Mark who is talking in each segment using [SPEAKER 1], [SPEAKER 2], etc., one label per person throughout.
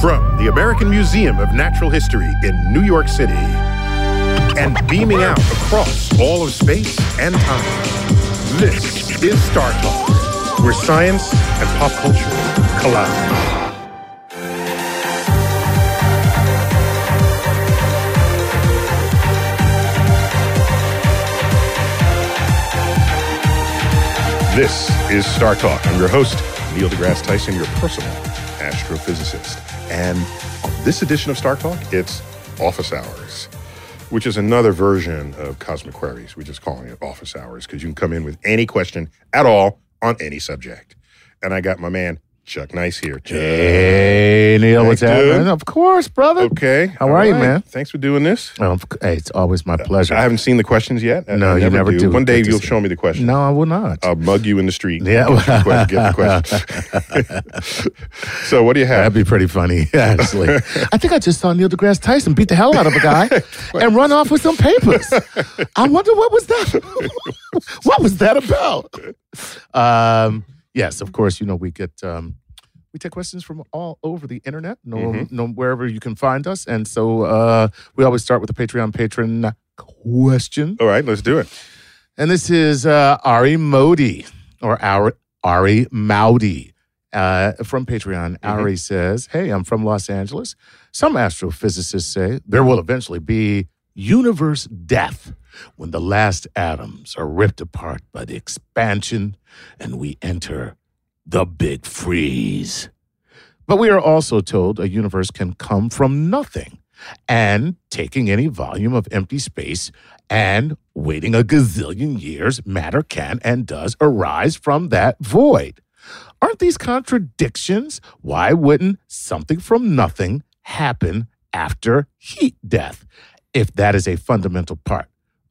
[SPEAKER 1] From the American Museum of Natural History in New York City and beaming out across all of space and time, this is Star Talk, where science and pop culture collide. This is Star Talk. I'm your host, Neil deGrasse Tyson, your personal astrophysicist. And on this edition of Star Talk, it's Office Hours, which is another version of Cosmic Queries. We're just calling it Office Hours because you can come in with any question at all on any subject. And I got my man, Chuck Nice here. Chuck.
[SPEAKER 2] Hey, Neil, what's
[SPEAKER 1] Thanks, dude.
[SPEAKER 2] happening? Of course, brother.
[SPEAKER 1] Okay.
[SPEAKER 2] How are you, man?
[SPEAKER 1] Thanks for doing this.
[SPEAKER 2] Um, hey, it's always my pleasure.
[SPEAKER 1] I haven't seen the questions yet. I-
[SPEAKER 2] No,
[SPEAKER 1] I
[SPEAKER 2] you never do.
[SPEAKER 1] One day
[SPEAKER 2] Good to
[SPEAKER 1] you'll
[SPEAKER 2] see
[SPEAKER 1] show me the questions.
[SPEAKER 2] no, I will not.
[SPEAKER 1] I'll uh, mug you in the street.
[SPEAKER 2] Yeah.
[SPEAKER 1] Get the question- get the question. so what do you have?
[SPEAKER 2] That'd be pretty funny, actually. I think I just saw Neil deGrasse Tyson beat the hell out of a guy and run off with some papers. I wonder what was that? what was that about? Um, yes, of course. You know we get um, we take questions from all over the internet, no,
[SPEAKER 1] Mhm.
[SPEAKER 2] no wherever you can find us, and so uh, we always start with a Patreon patron question,
[SPEAKER 1] All right, let's do it.
[SPEAKER 2] and this is uh, Ari Modi or our Ari Maudi uh, from Patreon, Ari says, Hey, I'm from Los Angeles. Some astrophysicists say there will eventually be universe death when the last atoms are ripped apart by the expansion and we enter the big freeze. But we are also told a universe can come from nothing and taking any volume of empty space and waiting a gazillion years, matter can and does arise from that void. Aren't these contradictions? Why wouldn't something from nothing happen after heat death if that is a fundamental part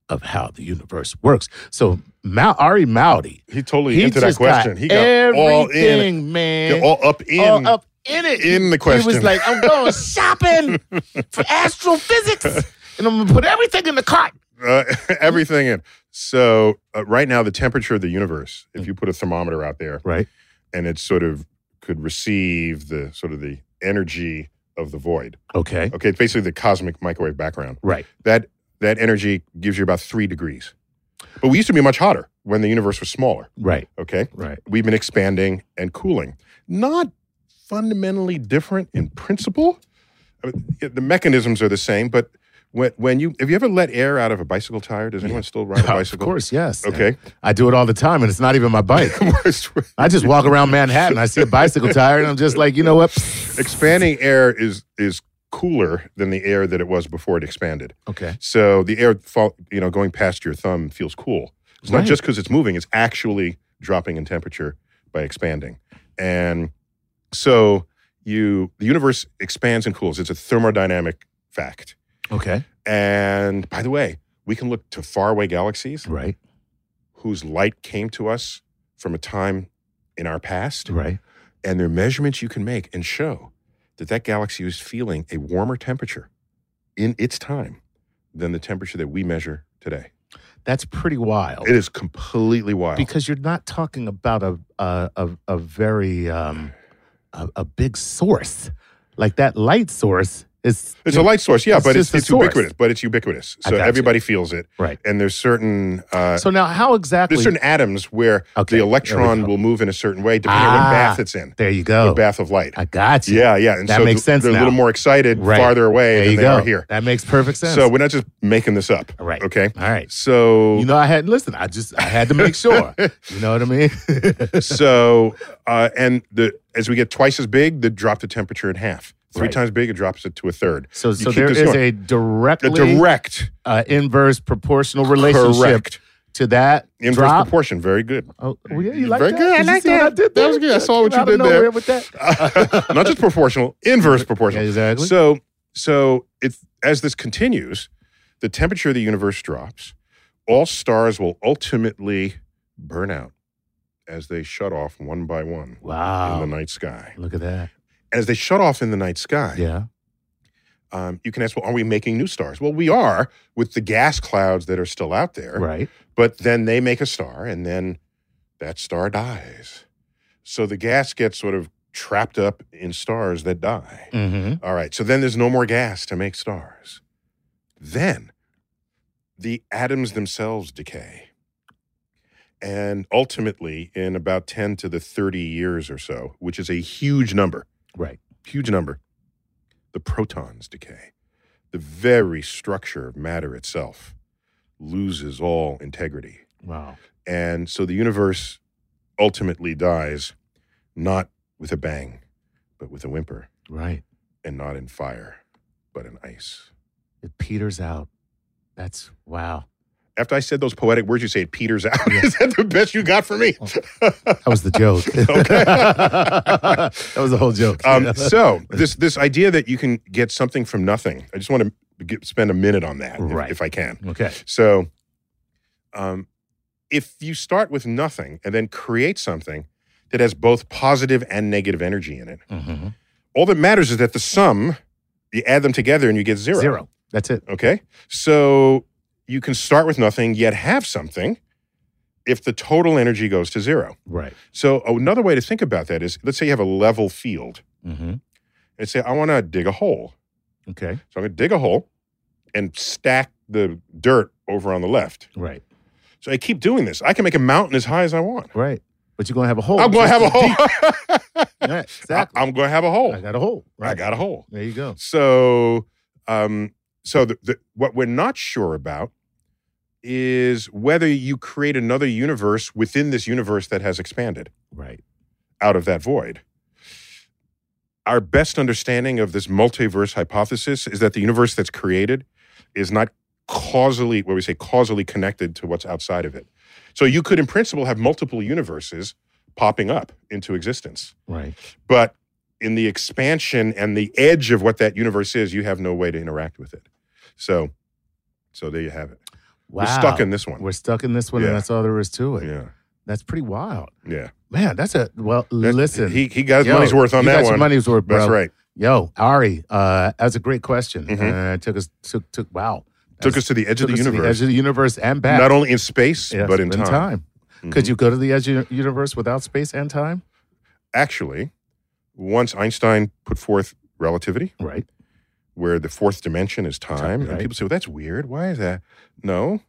[SPEAKER 2] of how the universe works? So, Ma- Ari Mowdy,
[SPEAKER 1] He totally
[SPEAKER 2] he
[SPEAKER 1] into that
[SPEAKER 2] just
[SPEAKER 1] question.
[SPEAKER 2] got
[SPEAKER 1] he got
[SPEAKER 2] everything,
[SPEAKER 1] all in,
[SPEAKER 2] man.
[SPEAKER 1] all up in.
[SPEAKER 2] all up in it.
[SPEAKER 1] in the
[SPEAKER 2] He was
[SPEAKER 1] question.
[SPEAKER 2] like, I'm going shopping for astrophysics and I'm going to put everything in the cart.
[SPEAKER 1] uh, everything in. So uh, right now, the temperature of the universe,
[SPEAKER 2] Mm.
[SPEAKER 1] if you put a thermometer out there,
[SPEAKER 2] Right.
[SPEAKER 1] and it sort of could receive the sort of the energy of the void.
[SPEAKER 2] Okay.
[SPEAKER 1] Okay, it's basically the cosmic microwave background.
[SPEAKER 2] Right.
[SPEAKER 1] That that energy gives you about three degrees. But we used to be much hotter when the universe was smaller.
[SPEAKER 2] Right.
[SPEAKER 1] Okay,
[SPEAKER 2] Right.
[SPEAKER 1] we've been expanding and cooling. Not fundamentally different in principle. I mean, yeah, the mechanisms are the same, but when, when you have you ever let air out of a bicycle tire? Does anyone still ride
[SPEAKER 2] Of
[SPEAKER 1] a bicycle?
[SPEAKER 2] course, yes.
[SPEAKER 1] Okay.
[SPEAKER 2] I do it all the time, and it's not even my bike. I just walk around Manhattan. I see a bicycle tire, and I'm just like, you know what?
[SPEAKER 1] Expanding air is is cooler than the air that it was before it expanded.
[SPEAKER 2] Okay.
[SPEAKER 1] So the air, fall, you know, going past your thumb feels cool. It's
[SPEAKER 2] Right.
[SPEAKER 1] not just because it's moving, it's actually dropping in temperature by expanding. And so you the universe expands and cools. It's a thermodynamic fact.
[SPEAKER 2] Okay.
[SPEAKER 1] And by the way, we can look to faraway galaxies
[SPEAKER 2] Right.
[SPEAKER 1] whose light came to us from a time in our past,
[SPEAKER 2] Right.
[SPEAKER 1] and there are measurements you can make and show that that galaxy is feeling a warmer temperature in its time than the temperature that we measure today.
[SPEAKER 2] That's pretty wild.
[SPEAKER 1] It is completely wild.
[SPEAKER 2] because you're not talking about a a a, a very um, a, a big source like that light source is
[SPEAKER 1] It's a light source, yeah,
[SPEAKER 2] It's
[SPEAKER 1] but
[SPEAKER 2] just
[SPEAKER 1] it's,
[SPEAKER 2] the
[SPEAKER 1] it's
[SPEAKER 2] source.
[SPEAKER 1] ubiquitous. But it's ubiquitous,
[SPEAKER 2] I
[SPEAKER 1] so
[SPEAKER 2] gotcha.
[SPEAKER 1] everybody feels it.
[SPEAKER 2] right.
[SPEAKER 1] And there's certain uh,
[SPEAKER 2] So now, how exactly?
[SPEAKER 1] there's certain atoms where
[SPEAKER 2] Okay,
[SPEAKER 1] the
[SPEAKER 2] there we
[SPEAKER 1] electron
[SPEAKER 2] go.
[SPEAKER 1] will move in a certain way depending on
[SPEAKER 2] Ah,
[SPEAKER 1] what bath it's in,
[SPEAKER 2] there you
[SPEAKER 1] the
[SPEAKER 2] go.
[SPEAKER 1] bath of light.
[SPEAKER 2] I got you.
[SPEAKER 1] yeah, yeah, and
[SPEAKER 2] That
[SPEAKER 1] so
[SPEAKER 2] makes
[SPEAKER 1] th-
[SPEAKER 2] sense
[SPEAKER 1] They're a little
[SPEAKER 2] now.
[SPEAKER 1] more excited
[SPEAKER 2] Right.
[SPEAKER 1] farther away
[SPEAKER 2] There
[SPEAKER 1] than
[SPEAKER 2] you
[SPEAKER 1] they
[SPEAKER 2] go.
[SPEAKER 1] are here.
[SPEAKER 2] That makes perfect sense.
[SPEAKER 1] So we're not just making this up.
[SPEAKER 2] All right.
[SPEAKER 1] Okay.
[SPEAKER 2] All right.
[SPEAKER 1] So
[SPEAKER 2] You know, I had listen. I just I had to make sure. you know what I mean?
[SPEAKER 1] so uh, and the as we get twice as big, they drop the temperature in half. Three
[SPEAKER 2] Right.
[SPEAKER 1] times big, it drops it to a third.
[SPEAKER 2] So,
[SPEAKER 1] You
[SPEAKER 2] so
[SPEAKER 1] keep
[SPEAKER 2] there
[SPEAKER 1] this
[SPEAKER 2] is
[SPEAKER 1] going.
[SPEAKER 2] a directly
[SPEAKER 1] a direct
[SPEAKER 2] uh, inverse proportional relationship
[SPEAKER 1] correct
[SPEAKER 2] to that
[SPEAKER 1] inverse
[SPEAKER 2] drop.
[SPEAKER 1] proportion. Very good.
[SPEAKER 2] Oh, well, yeah, you like
[SPEAKER 1] Very
[SPEAKER 2] that?
[SPEAKER 1] good. I
[SPEAKER 2] Did you
[SPEAKER 1] like
[SPEAKER 2] see what
[SPEAKER 1] that.
[SPEAKER 2] I did
[SPEAKER 1] That
[SPEAKER 2] there?
[SPEAKER 1] was good. I saw what
[SPEAKER 2] Came
[SPEAKER 1] you
[SPEAKER 2] out of
[SPEAKER 1] did there.
[SPEAKER 2] nowhere With that.
[SPEAKER 1] Not just proportional, inverse proportional.
[SPEAKER 2] Exactly.
[SPEAKER 1] So so it as this continues, the temperature of the universe drops. All stars will ultimately burn out as they shut off one by one in
[SPEAKER 2] wow.
[SPEAKER 1] the night sky.
[SPEAKER 2] Look at that.
[SPEAKER 1] As they shut off in the night sky,
[SPEAKER 2] Yeah.
[SPEAKER 1] um, you can ask, well, are we making new stars? Well, we are with the gas clouds that are still out there.
[SPEAKER 2] Right.
[SPEAKER 1] But then they make a star, and then that star dies. So the gas gets sort of trapped up in stars that die.
[SPEAKER 2] Mm-hmm.
[SPEAKER 1] All right. So then there's no more gas to make stars. Then the atoms themselves decay. And ultimately, in about 10 to the 30 years or so, which is a huge number,
[SPEAKER 2] Right.
[SPEAKER 1] huge number, the protons decay. The very structure of matter itself loses all integrity.
[SPEAKER 2] Wow.
[SPEAKER 1] And so the universe ultimately dies, not with a bang, but with a whimper
[SPEAKER 2] Right.
[SPEAKER 1] and not in fire, but in ice.
[SPEAKER 2] It peters out. That's wow.
[SPEAKER 1] After I said those poetic words, you say it peters out. Is that the best you got for me?
[SPEAKER 2] That was the joke. that was the whole joke.
[SPEAKER 1] um, so this this idea that you can get something from nothing. I just want to get, spend a minute on that, if-
[SPEAKER 2] Right.
[SPEAKER 1] if, I can.
[SPEAKER 2] okay.
[SPEAKER 1] So, um, if you start with nothing and then create something that has both positive and negative energy in it,
[SPEAKER 2] Mm-hmm.
[SPEAKER 1] all that matters is that the sum you add them together and you get zero.
[SPEAKER 2] Zero. That's it.
[SPEAKER 1] Okay. So you can start with nothing yet have something if the total energy goes to zero.
[SPEAKER 2] Right.
[SPEAKER 1] So another way to think about that is let's say you have a level field
[SPEAKER 2] Mm-hmm.
[SPEAKER 1] and say, I want to dig a hole.
[SPEAKER 2] Okay.
[SPEAKER 1] So I'm going to dig a hole and stack the dirt over on the left.
[SPEAKER 2] Right.
[SPEAKER 1] So I keep doing this. I can make a mountain as high as I want.
[SPEAKER 2] Right. But you're gonna have a hole.
[SPEAKER 1] I'm going to have a hole.
[SPEAKER 2] Yeah, exactly.
[SPEAKER 1] I'm going to have a hole.
[SPEAKER 2] I got a hole.
[SPEAKER 1] I got a hole.
[SPEAKER 2] There you go.
[SPEAKER 1] So, um, so the, the, what we're not sure about is whether you create another universe within this universe that has expanded
[SPEAKER 2] Right.
[SPEAKER 1] out of that void. Our best understanding of this multiverse hypothesis is that the universe that's created is not causally, what we say, causally connected to what's outside of it. So you could, in principle, have multiple universes popping up into existence
[SPEAKER 2] Right.
[SPEAKER 1] but in the expansion and the edge of what that universe is, you have no way to interact with it. So, so there you have it.
[SPEAKER 2] Wow.
[SPEAKER 1] We're stuck in this one.
[SPEAKER 2] We're stuck in this one,
[SPEAKER 1] Yeah.
[SPEAKER 2] and that's all there is to it.
[SPEAKER 1] yeah,
[SPEAKER 2] That's pretty wild,
[SPEAKER 1] yeah.
[SPEAKER 2] man. That's a well.
[SPEAKER 1] That-
[SPEAKER 2] listen,
[SPEAKER 1] he he got his
[SPEAKER 2] Yo,
[SPEAKER 1] money's worth on
[SPEAKER 2] you got
[SPEAKER 1] that
[SPEAKER 2] your
[SPEAKER 1] one.
[SPEAKER 2] money's worth, bro.
[SPEAKER 1] That's right.
[SPEAKER 2] Yo, Ari, uh, that's a great question.
[SPEAKER 1] Mhm.
[SPEAKER 2] Uh, took us took took wow.
[SPEAKER 1] Took
[SPEAKER 2] That's-
[SPEAKER 1] us to the edge of
[SPEAKER 2] took
[SPEAKER 1] the
[SPEAKER 2] us to
[SPEAKER 1] universe,
[SPEAKER 2] edge of the universe, and back.
[SPEAKER 1] not only in space
[SPEAKER 2] Yes,
[SPEAKER 1] but in time. Mm-hmm.
[SPEAKER 2] Could you go to the edge of the universe without space and time?
[SPEAKER 1] Actually, once Einstein put forth relativity,
[SPEAKER 2] Right.
[SPEAKER 1] where the fourth dimension is time,
[SPEAKER 2] right.
[SPEAKER 1] and people say, "Well, that's weird. Why is that?" No,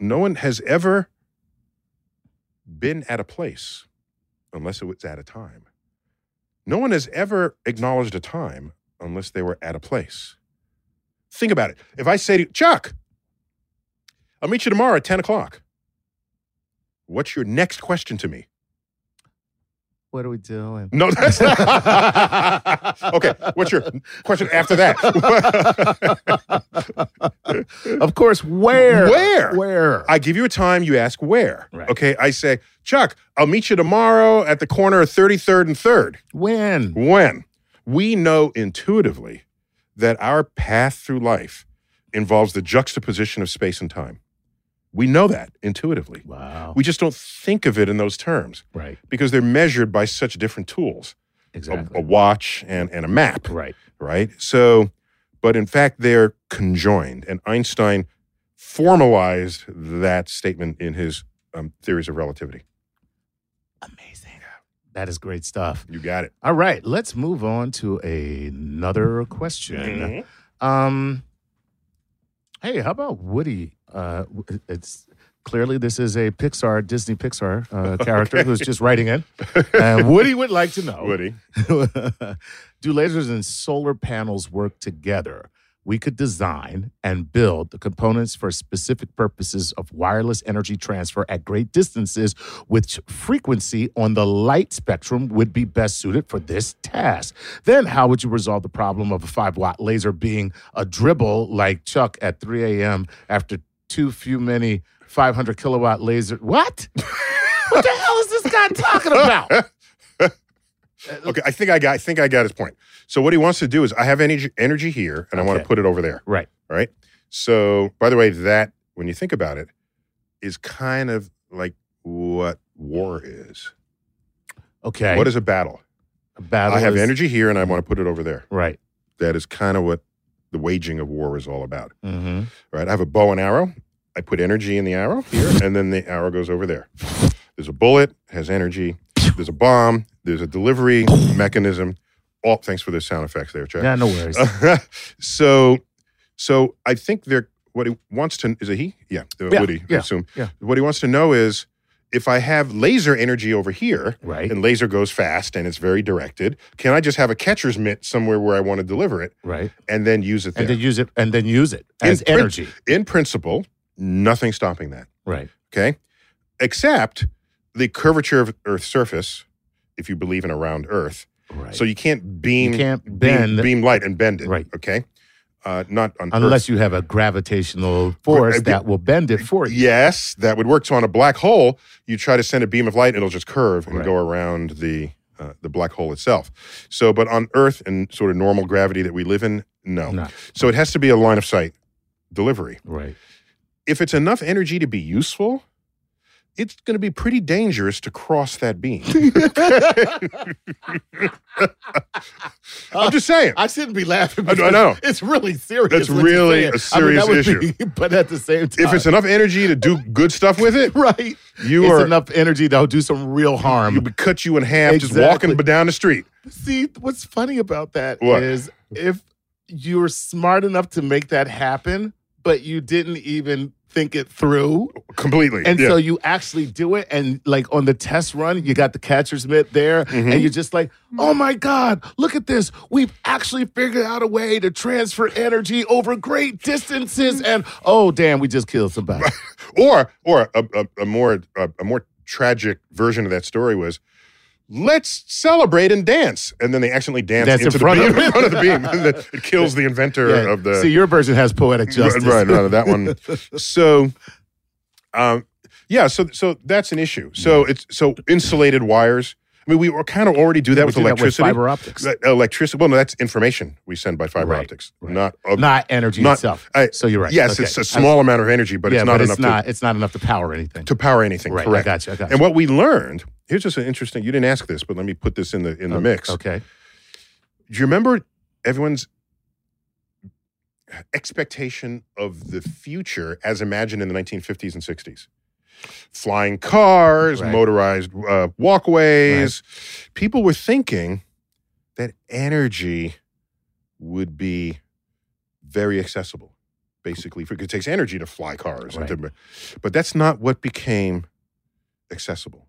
[SPEAKER 1] no one has ever been at a place unless it was at a time. No one has ever acknowledged a time unless they were at a place. Think about it. If I say to you, Chuck, I'll meet you tomorrow at 10 o'clock. What's your next question to me?
[SPEAKER 3] What are we doing?
[SPEAKER 1] No, that's not. okay. What's your question after that?
[SPEAKER 2] Of course, where?
[SPEAKER 1] Where?
[SPEAKER 2] Where?
[SPEAKER 1] I give you a time, you ask where.
[SPEAKER 2] Right.
[SPEAKER 1] Okay. I say, Chuck, I'll meet you tomorrow at the corner of 33rd and 3rd.
[SPEAKER 2] when?
[SPEAKER 1] When? We know intuitively that our path through life involves the juxtaposition of space and time. We know that intuitively.
[SPEAKER 2] Wow.
[SPEAKER 1] We Oh, just don't think of it in those terms
[SPEAKER 2] right.
[SPEAKER 1] because they're measured by such different tools a-
[SPEAKER 2] Exactly.
[SPEAKER 1] a, watch and, and a map,
[SPEAKER 2] right.
[SPEAKER 1] right? So, but in fact, they're conjoined. And Einstein formalized that statement in his um, theories of relativity.
[SPEAKER 2] Amazing. That is great stuff.
[SPEAKER 1] You got it.
[SPEAKER 2] All right, let's move on to another question.
[SPEAKER 1] Mm-hmm.
[SPEAKER 2] Um, hey, how about Woody? Uh, w- it's clearly this is a Pixar, Disney Pixar uh, character who's just writing in. And Woody would like to know.
[SPEAKER 1] Woody.
[SPEAKER 2] Do lasers and solar panels work together? We could design and build the components for specific purposes of wireless energy transfer at great distances, which frequency on the light spectrum would be best suited for this task. Then, how would you resolve the problem of a five watt laser being a dribble like Chuck at 3 a.m. after too few many 500 kilowatt laser? What? what the hell is this guy talking about?
[SPEAKER 1] Okay, I think I got. I think I got his point. So what he wants to do is, I have energy, energy here, and I want to
[SPEAKER 2] Okay.
[SPEAKER 1] put it over there.
[SPEAKER 2] Right.
[SPEAKER 1] All right. So, by the way, that when you think about it, is kind of like what war is.
[SPEAKER 2] Okay.
[SPEAKER 1] What is a battle?
[SPEAKER 2] A battle
[SPEAKER 1] I have
[SPEAKER 2] is-
[SPEAKER 1] energy here, and I want to put it over there.
[SPEAKER 2] Right.
[SPEAKER 1] That is kind of what the waging of war is all about.
[SPEAKER 2] Mm-hmm.
[SPEAKER 1] right? I have a bow and arrow. I put energy in the arrow here, and then the arrow goes over there. There's a bullet, has energy. There's a bomb. There's a delivery mechanism. All thanks for the sound effects there, Chuck.
[SPEAKER 2] Yeah, no worries.
[SPEAKER 1] so, so I think they're what he wants to is it he? Yeah, uh,
[SPEAKER 2] Yeah,
[SPEAKER 1] Woody.
[SPEAKER 2] yeah,
[SPEAKER 1] I assume.
[SPEAKER 2] yeah.
[SPEAKER 1] What he wants to know is if I have laser energy over here,
[SPEAKER 2] right,
[SPEAKER 1] and laser goes fast and it's very directed. Can I just have a catcher's mitt somewhere where I want to deliver it
[SPEAKER 2] right,
[SPEAKER 1] and then use it there?
[SPEAKER 2] and then use it, and then use it
[SPEAKER 1] In
[SPEAKER 2] as
[SPEAKER 1] prin-
[SPEAKER 2] energy.
[SPEAKER 1] in principle, nothing stopping that.
[SPEAKER 2] Right.
[SPEAKER 1] Okay. Except the curvature of Earth's surface, if you believe in a round Earth.
[SPEAKER 2] Right.
[SPEAKER 1] So you can't beam,
[SPEAKER 2] you can't
[SPEAKER 1] beam,
[SPEAKER 2] bend
[SPEAKER 1] beam light and bend it.
[SPEAKER 2] Right.
[SPEAKER 1] Okay. Uh, not on
[SPEAKER 2] unless
[SPEAKER 1] Earth.
[SPEAKER 2] you have a gravitational force
[SPEAKER 1] uh,
[SPEAKER 2] that will bend it for you.
[SPEAKER 1] Yes, that would work. So on a black hole, you try to send a beam of light, it'll just curve and
[SPEAKER 2] Right.
[SPEAKER 1] go around the uh, the black hole itself. So, but on Earth and sort of normal gravity that we live in, no.
[SPEAKER 2] No.
[SPEAKER 1] So it has to be a line of sight delivery.
[SPEAKER 2] Right.
[SPEAKER 1] if it's enough energy to be useful, it's going to be pretty dangerous to cross that beam. I'm just saying.
[SPEAKER 2] I shouldn't be laughing.
[SPEAKER 1] I- I
[SPEAKER 2] because
[SPEAKER 1] know.
[SPEAKER 2] It's really serious.
[SPEAKER 1] That's
[SPEAKER 2] what you're
[SPEAKER 1] really
[SPEAKER 2] saying.
[SPEAKER 1] a serious
[SPEAKER 2] that would
[SPEAKER 1] issue.
[SPEAKER 2] be- but at the same time,
[SPEAKER 1] If it's enough energy to do good stuff with it,
[SPEAKER 2] right,
[SPEAKER 1] you
[SPEAKER 2] it's
[SPEAKER 1] are
[SPEAKER 2] enough energy that'll do some real harm.
[SPEAKER 1] you be cut you in half just
[SPEAKER 2] Exactly.
[SPEAKER 1] walking b- down the street.
[SPEAKER 2] See, what's funny about that is
[SPEAKER 1] What?
[SPEAKER 2] if you're smart enough to make that happen, but you didn't even think it through.
[SPEAKER 1] Completely.
[SPEAKER 2] And
[SPEAKER 1] Yeah.
[SPEAKER 2] so you actually do it, and like on the test run, you got the catcher's mitt there,
[SPEAKER 1] Mm-hmm.
[SPEAKER 2] and you're just like, "Oh my God, look at this! We've actually figured out a way to transfer energy over great distances."
[SPEAKER 1] Mm-hmm.
[SPEAKER 2] And oh damn, we just killed somebody.
[SPEAKER 1] or or a, a, a more a, a more tragic version of that story was let's celebrate and dance and then they accidentally dance
[SPEAKER 2] Dance in
[SPEAKER 1] into the
[SPEAKER 2] front
[SPEAKER 1] beam,
[SPEAKER 2] of it.
[SPEAKER 1] in front of the beam and then it kills the inventor
[SPEAKER 2] Yeah.
[SPEAKER 1] of the
[SPEAKER 2] See, your version has poetic justice.
[SPEAKER 1] Right, right, right, that one. So, um, yeah, so so that's an issue. So it's so insulated wires. I mean, we were kind of already do that
[SPEAKER 2] We
[SPEAKER 1] with
[SPEAKER 2] do
[SPEAKER 1] electricity.
[SPEAKER 2] fiber optics,
[SPEAKER 1] That electricity. Well, no, that's information we send by fiber
[SPEAKER 2] Right,
[SPEAKER 1] optics,
[SPEAKER 2] right.
[SPEAKER 1] not. Of,
[SPEAKER 2] not energy
[SPEAKER 1] oh, Not-
[SPEAKER 2] itself.
[SPEAKER 1] I-
[SPEAKER 2] so you're right.
[SPEAKER 1] Yes,
[SPEAKER 2] Okay.
[SPEAKER 1] it's
[SPEAKER 2] I-
[SPEAKER 1] a small amount of energy, but
[SPEAKER 2] yeah,
[SPEAKER 1] it's not
[SPEAKER 2] but
[SPEAKER 1] enough
[SPEAKER 2] it's not it's not enough to power anything.
[SPEAKER 1] to, to power anything.
[SPEAKER 2] right.
[SPEAKER 1] correct.
[SPEAKER 2] I got you. I got you.
[SPEAKER 1] And what we learned here's just an interesting. You didn't ask this, but let me put this in the in the mix.
[SPEAKER 2] Oh, Okay.
[SPEAKER 1] Do you remember everyone's expectation of the future as imagined in the 1950s and 60s? Flying cars,
[SPEAKER 2] Right.
[SPEAKER 1] motorized uh, walkways. People were thinking that energy would be very accessible, basically, because it takes energy to fly cars. and to- but that's not what became accessible.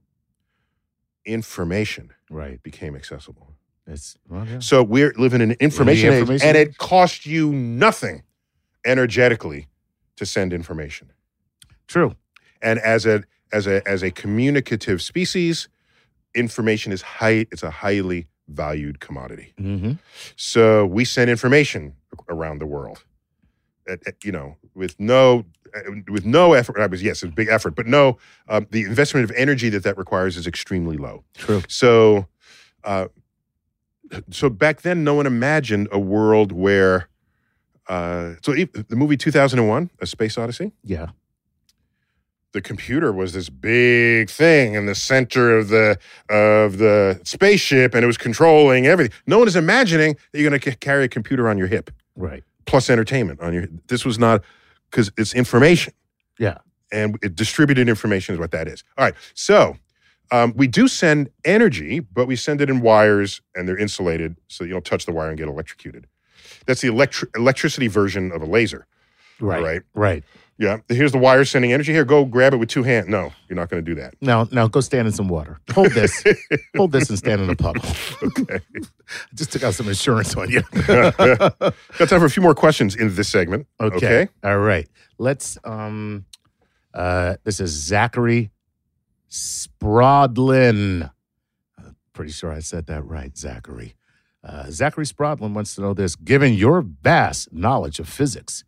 [SPEAKER 1] Information
[SPEAKER 2] Right.
[SPEAKER 1] became accessible.
[SPEAKER 2] It's well, yeah.
[SPEAKER 1] So we're living in an information, age,
[SPEAKER 2] information
[SPEAKER 1] and
[SPEAKER 2] age.
[SPEAKER 1] it costs you nothing energetically to send information.
[SPEAKER 2] true.
[SPEAKER 1] And as a as a as a communicative species, information is high, it's a highly valued commodity.
[SPEAKER 2] Mm-hmm.
[SPEAKER 1] So we send information around the world, at, at- you know, with no uh, with no effort. I was yes, it's a big effort, but no, um, the investment of energy that that requires is extremely low.
[SPEAKER 2] True.
[SPEAKER 1] So, uh, so back then, no one imagined a world where. Uh, so e- the movie 2001, A Space Odyssey,
[SPEAKER 2] Yeah.
[SPEAKER 1] the computer was this big thing in the center of the of the spaceship, and it was controlling everything. No one is imagining that you're going to c- carry a computer on your hip
[SPEAKER 2] Right.
[SPEAKER 1] plus entertainment on your this was not because it's information
[SPEAKER 2] Yeah.
[SPEAKER 1] and it, distributed information is what that is all right so um, we do send energy but we send it in wires and they're insulated so you don't touch the wire and get electrocuted that's the electri- electricity version of a laser
[SPEAKER 2] Right.
[SPEAKER 1] Right.
[SPEAKER 2] Right.
[SPEAKER 1] yeah here's the wire sending energy here go grab it with two hands no you're not going to do that
[SPEAKER 2] Now, now go stand in some water. Hold this. Hold this and stand in a puddle.
[SPEAKER 1] okay
[SPEAKER 2] I just took out some insurance on you.
[SPEAKER 1] got time for a few more questions in this segment
[SPEAKER 2] Okay.
[SPEAKER 1] Okay.
[SPEAKER 2] All right. Let's um uh this is Zachary Sprodlin. Uh, pretty sure I said that right, Zachary. Uh, Zachary Sprodlin wants to know this. Given your vast knowledge of physics,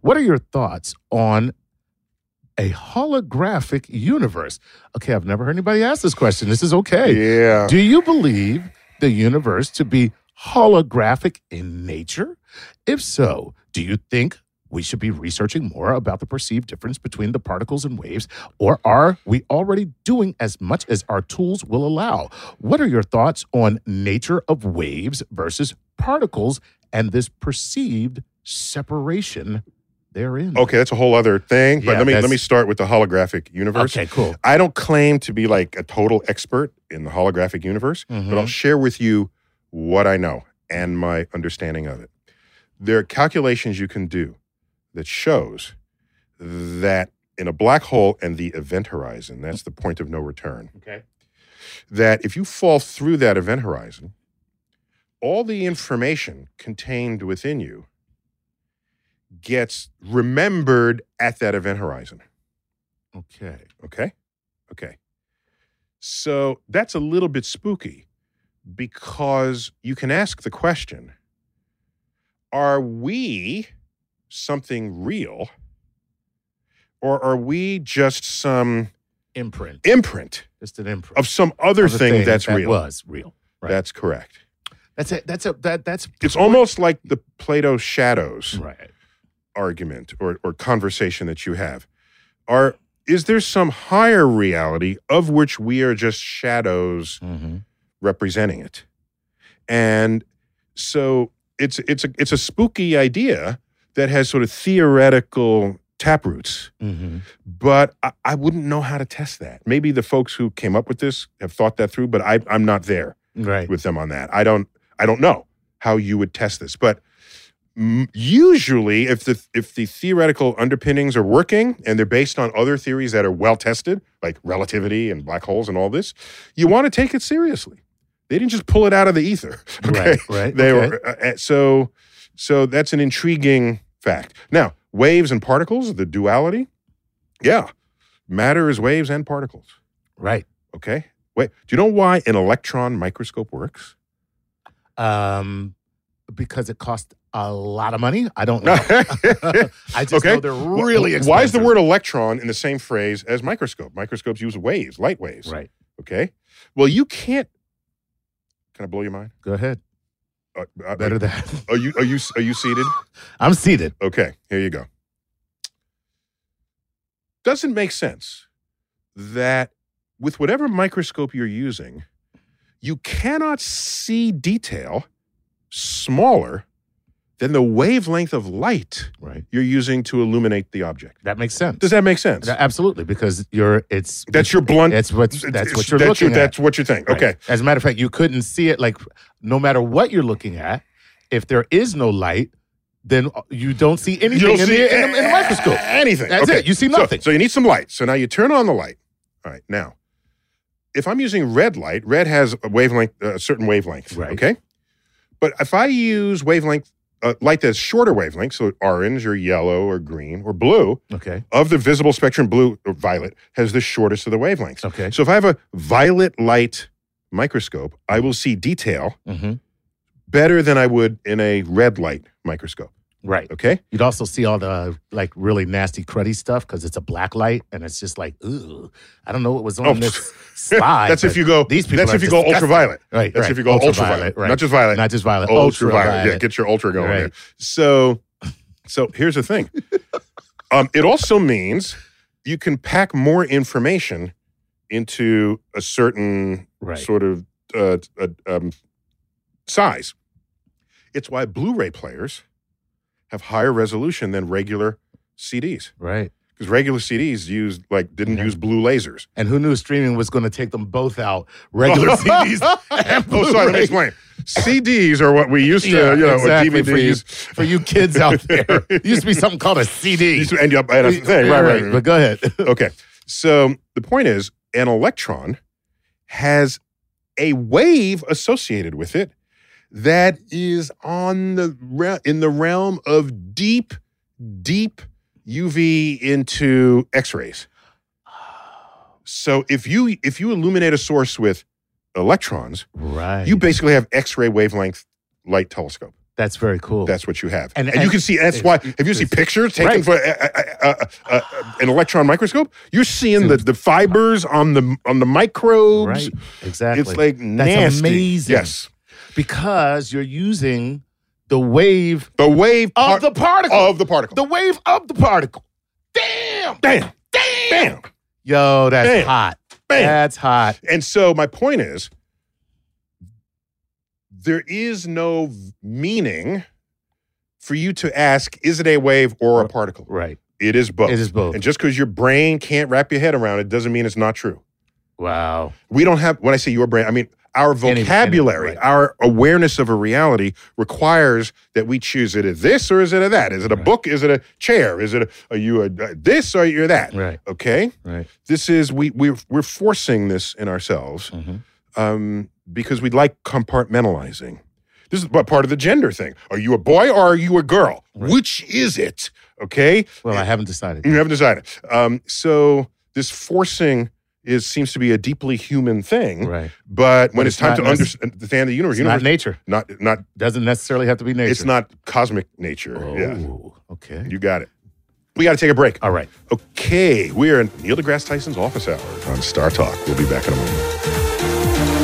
[SPEAKER 2] what are your thoughts on a holographic universe? Okay, I've never heard anybody ask this question. This is okay.
[SPEAKER 1] yeah
[SPEAKER 2] Do you believe the universe to be holographic in nature? If so, do you think we should be researching more about the perceived difference between the particles and waves, or are we already doing as much as our tools will allow? What are your thoughts on nature of waves versus particles and this perceived separation therein?
[SPEAKER 1] okay that's a whole other thing but
[SPEAKER 2] Yeah,
[SPEAKER 1] let me let
[SPEAKER 2] that's-
[SPEAKER 1] me start with the holographic universe
[SPEAKER 2] Okay, cool.
[SPEAKER 1] I don't claim to be like a total expert in the holographic universe, but I'll
[SPEAKER 2] Mhm.
[SPEAKER 1] share with you what I know and my understanding of it. There are calculations you can do that shows that in a black hole and the event horizon, that's the point of no return,
[SPEAKER 2] Okay.
[SPEAKER 1] that if you fall through that event horizon, all the information contained within you gets remembered at that event horizon.
[SPEAKER 2] Okay.
[SPEAKER 1] Okay. Okay. So that's a little bit spooky because you can ask the question Are we something real or are we just some
[SPEAKER 2] Imprint.
[SPEAKER 1] imprint
[SPEAKER 2] Just an imprint.
[SPEAKER 1] of some other
[SPEAKER 2] Of a
[SPEAKER 1] thing, that's
[SPEAKER 2] that
[SPEAKER 1] real?
[SPEAKER 2] Was real. right.
[SPEAKER 1] That's correct.
[SPEAKER 2] That's it. That's a that that's
[SPEAKER 1] It's almost like the Plato shadows
[SPEAKER 2] right.
[SPEAKER 1] argument or, or conversation that you have. Are is there some higher reality of which we are just shadows
[SPEAKER 2] Mm-hmm.
[SPEAKER 1] representing it. And so it's it's a it's a spooky idea that has sort of theoretical taproots,
[SPEAKER 2] Mm-hmm.
[SPEAKER 1] but I, I wouldn't know how to test that. Maybe the folks who came up with this have thought that through, but I, I'm not there
[SPEAKER 2] Right.
[SPEAKER 1] with them on that. I don't I don't know how you would test this, but m- usually if the if the theoretical underpinnings are working and they're based on other theories that are well tested like relativity and black holes and all this you want to take it seriously they didn't just pull it out of the ether okay
[SPEAKER 2] Right. Right.
[SPEAKER 1] they
[SPEAKER 2] okay.
[SPEAKER 1] were uh, uh, so so that's an intriguing fact now waves and particles the duality yeah matter is waves and particles
[SPEAKER 2] right.
[SPEAKER 1] okay wait do you know why an electron microscope works
[SPEAKER 2] Um, because it cost a lot of money. I don't know.
[SPEAKER 1] okay.
[SPEAKER 2] I just know they're really expensive.
[SPEAKER 1] Why is the word electron in the same phrase as microscope? Microscopes use waves, light waves.
[SPEAKER 2] right?
[SPEAKER 1] Okay. Well, you can't. Can I blow your mind?
[SPEAKER 2] Go ahead.
[SPEAKER 1] Uh, uh,
[SPEAKER 2] Better that.
[SPEAKER 1] Are you are you are you seated?
[SPEAKER 2] I'm seated.
[SPEAKER 1] Okay. Here you go. Doesn't make sense that with whatever microscope you're using, you cannot see detail smaller than the wavelength of light
[SPEAKER 2] Right.
[SPEAKER 1] you're using to illuminate the object.
[SPEAKER 2] That makes sense.
[SPEAKER 1] Does that make sense?
[SPEAKER 2] Yeah, Absolutely, because you're it's
[SPEAKER 1] That's your blunt.
[SPEAKER 2] that's what that's what you're
[SPEAKER 1] that's
[SPEAKER 2] looking
[SPEAKER 1] your,
[SPEAKER 2] at.
[SPEAKER 1] That's what you think.
[SPEAKER 2] Right.
[SPEAKER 1] Okay.
[SPEAKER 2] As a matter of fact, you couldn't see it. Like, no matter what you're looking at, if there is no light, then uh, you don't see anything
[SPEAKER 1] You don't
[SPEAKER 2] in,
[SPEAKER 1] see
[SPEAKER 2] the, in, the, in the microscope.
[SPEAKER 1] Anything.
[SPEAKER 2] That's
[SPEAKER 1] okay.
[SPEAKER 2] it. You see
[SPEAKER 1] So-
[SPEAKER 2] nothing.
[SPEAKER 1] So, you need some light. So now you turn on the light. All right. Now, if I'm using red light, red has a wavelength, a certain wavelength.
[SPEAKER 2] Right.
[SPEAKER 1] Okay. But if I use wavelength, uh, light that's shorter wavelength, so orange or yellow or green or blue,
[SPEAKER 2] okay.
[SPEAKER 1] of the visible spectrum, blue or violet has the shortest of the wavelengths.
[SPEAKER 2] Okay.
[SPEAKER 1] So if I have a violet light microscope, I will see detail
[SPEAKER 2] Mhm.
[SPEAKER 1] better than I would in a red light microscope.
[SPEAKER 2] Right.
[SPEAKER 1] Okay.
[SPEAKER 2] You'd also see all the like really nasty cruddy stuff because it's a black light and it's just like, ooh, I don't know what was on
[SPEAKER 1] Oh,
[SPEAKER 2] this slide.
[SPEAKER 1] that's if
[SPEAKER 2] but
[SPEAKER 1] you go.
[SPEAKER 2] These people
[SPEAKER 1] that's
[SPEAKER 2] are
[SPEAKER 1] if you go
[SPEAKER 2] disgusting.
[SPEAKER 1] ultraviolet.
[SPEAKER 2] Right.
[SPEAKER 1] That's
[SPEAKER 2] right.
[SPEAKER 1] if you go ultraviolet,
[SPEAKER 2] Right.
[SPEAKER 1] not just violet.
[SPEAKER 2] Not just violet.
[SPEAKER 1] ultraviolet. Yeah,
[SPEAKER 2] ultraviolet.
[SPEAKER 1] get your ultra going
[SPEAKER 2] Right.
[SPEAKER 1] there. So, so here's the thing. um, it also means you can pack more information into a certain
[SPEAKER 2] right.
[SPEAKER 1] sort of uh, uh, um, size. It's why Blu-ray players have higher resolution than regular CDs
[SPEAKER 2] right.
[SPEAKER 1] because regular CDs used like didn't
[SPEAKER 2] Yeah.
[SPEAKER 1] use blue lasers.
[SPEAKER 2] And who knew streaming was going to take them both out? Regular CDs. and
[SPEAKER 1] oh, sorry, let me
[SPEAKER 2] Blu-ray.
[SPEAKER 1] explain. CDs are what we used to,
[SPEAKER 2] Yeah,
[SPEAKER 1] you know,
[SPEAKER 2] exactly,
[SPEAKER 1] with
[SPEAKER 2] for you-
[SPEAKER 1] DVDs.
[SPEAKER 2] For you kids out there, it used to be something called a CD.
[SPEAKER 1] used to end up at a thing,
[SPEAKER 2] Yeah,
[SPEAKER 1] right, right,
[SPEAKER 2] But go ahead.
[SPEAKER 1] Okay. So the point is, an electron has a wave associated with it that is on the re- in the realm of deep, deep UV into X-rays. So if you if you illuminate a source with electrons,
[SPEAKER 2] Right.
[SPEAKER 1] you basically have X-ray wavelength light telescope.
[SPEAKER 2] That's very cool.
[SPEAKER 1] That's what you have, and,
[SPEAKER 2] And-
[SPEAKER 1] you
[SPEAKER 2] and-
[SPEAKER 1] can see. That's why. If you see pictures taken
[SPEAKER 2] Right.
[SPEAKER 1] for uh, uh, uh, uh, an electron microscope, you're seeing the, the fibers on the on the microbes.
[SPEAKER 2] right. Exactly.
[SPEAKER 1] It's like nasty.
[SPEAKER 2] amazing.
[SPEAKER 1] Yes,
[SPEAKER 2] because you're using the wave
[SPEAKER 1] the wave
[SPEAKER 2] of the particle.
[SPEAKER 1] of the particle.
[SPEAKER 2] the wave of the particle. Damn.
[SPEAKER 1] bam, bam, bam,
[SPEAKER 2] Yo, that's
[SPEAKER 1] Bam.
[SPEAKER 2] hot. That's hot.
[SPEAKER 1] And so my point is, there is no v- meaning for you to ask, is it a wave or a particle?
[SPEAKER 2] Right.
[SPEAKER 1] It is both.
[SPEAKER 2] It is both.
[SPEAKER 1] And just because your brain can't wrap your head around it doesn't mean it's not true.
[SPEAKER 2] Wow.
[SPEAKER 1] we don't have when i say your brain i mean our
[SPEAKER 2] Any- any-
[SPEAKER 1] vocabulary
[SPEAKER 2] right.
[SPEAKER 1] our awareness of a reality requires that we choose it is this or is it a that is it a
[SPEAKER 2] Right.
[SPEAKER 1] book is it a chair is it a are you a, a this or you're that
[SPEAKER 2] Right.
[SPEAKER 1] okay
[SPEAKER 2] Right.
[SPEAKER 1] this is we we're, we're forcing this in ourselves
[SPEAKER 2] Mhm.
[SPEAKER 1] um, because we like compartmentalizing this is what part of the gender thing are you a boy or are you a girl
[SPEAKER 2] Right.
[SPEAKER 1] which is it okay
[SPEAKER 2] Well, I haven't decided.
[SPEAKER 1] you haven't decided um, so this forcing is seems to be a deeply human thing
[SPEAKER 2] Right.
[SPEAKER 1] but when
[SPEAKER 2] But
[SPEAKER 1] it's,
[SPEAKER 2] it's
[SPEAKER 1] time
[SPEAKER 2] not
[SPEAKER 1] to
[SPEAKER 2] necess-
[SPEAKER 1] understand the universe,
[SPEAKER 2] It's not
[SPEAKER 1] universe
[SPEAKER 2] nature.
[SPEAKER 1] not, not,
[SPEAKER 2] Doesn't necessarily have to be nature.
[SPEAKER 1] it's not cosmic nature.
[SPEAKER 2] Oh,
[SPEAKER 1] Yeah,
[SPEAKER 2] okay.
[SPEAKER 1] you got it. We got to take a break.
[SPEAKER 2] All right.
[SPEAKER 1] Okay, we are in Neil deGrasse Tyson's office hour on Star Talk. We'll be back in a moment.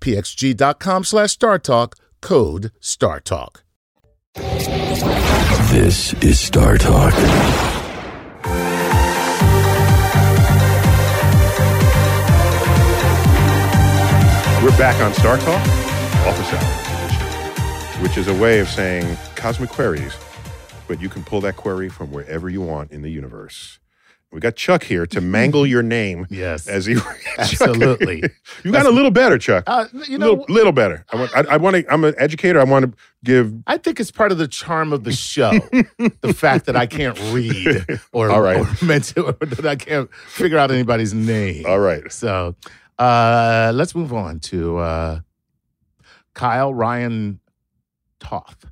[SPEAKER 2] pxg.com slash StarTalk. Code StarTalk.
[SPEAKER 3] This is Star Talk.
[SPEAKER 1] We're back on Star Talk, Office Hours Edition, which is a way of saying cosmic queries, but you can pull that query from wherever you want in the universe. We got Chuck here to mangle your name.
[SPEAKER 2] Yes.
[SPEAKER 1] as he
[SPEAKER 2] Absolutely.
[SPEAKER 1] Chuck, you got a little better, Chuck.
[SPEAKER 2] Uh, you know,
[SPEAKER 1] little, little better. I want. I, I want to. I'm an educator. I want to give.
[SPEAKER 2] I think it's part of the charm of the show, the fact that I can't read or,
[SPEAKER 1] All right.
[SPEAKER 2] or mental, or that I can't figure out anybody's name.
[SPEAKER 1] All right.
[SPEAKER 2] So uh, let's move on to uh, Kyle Ryan Toth.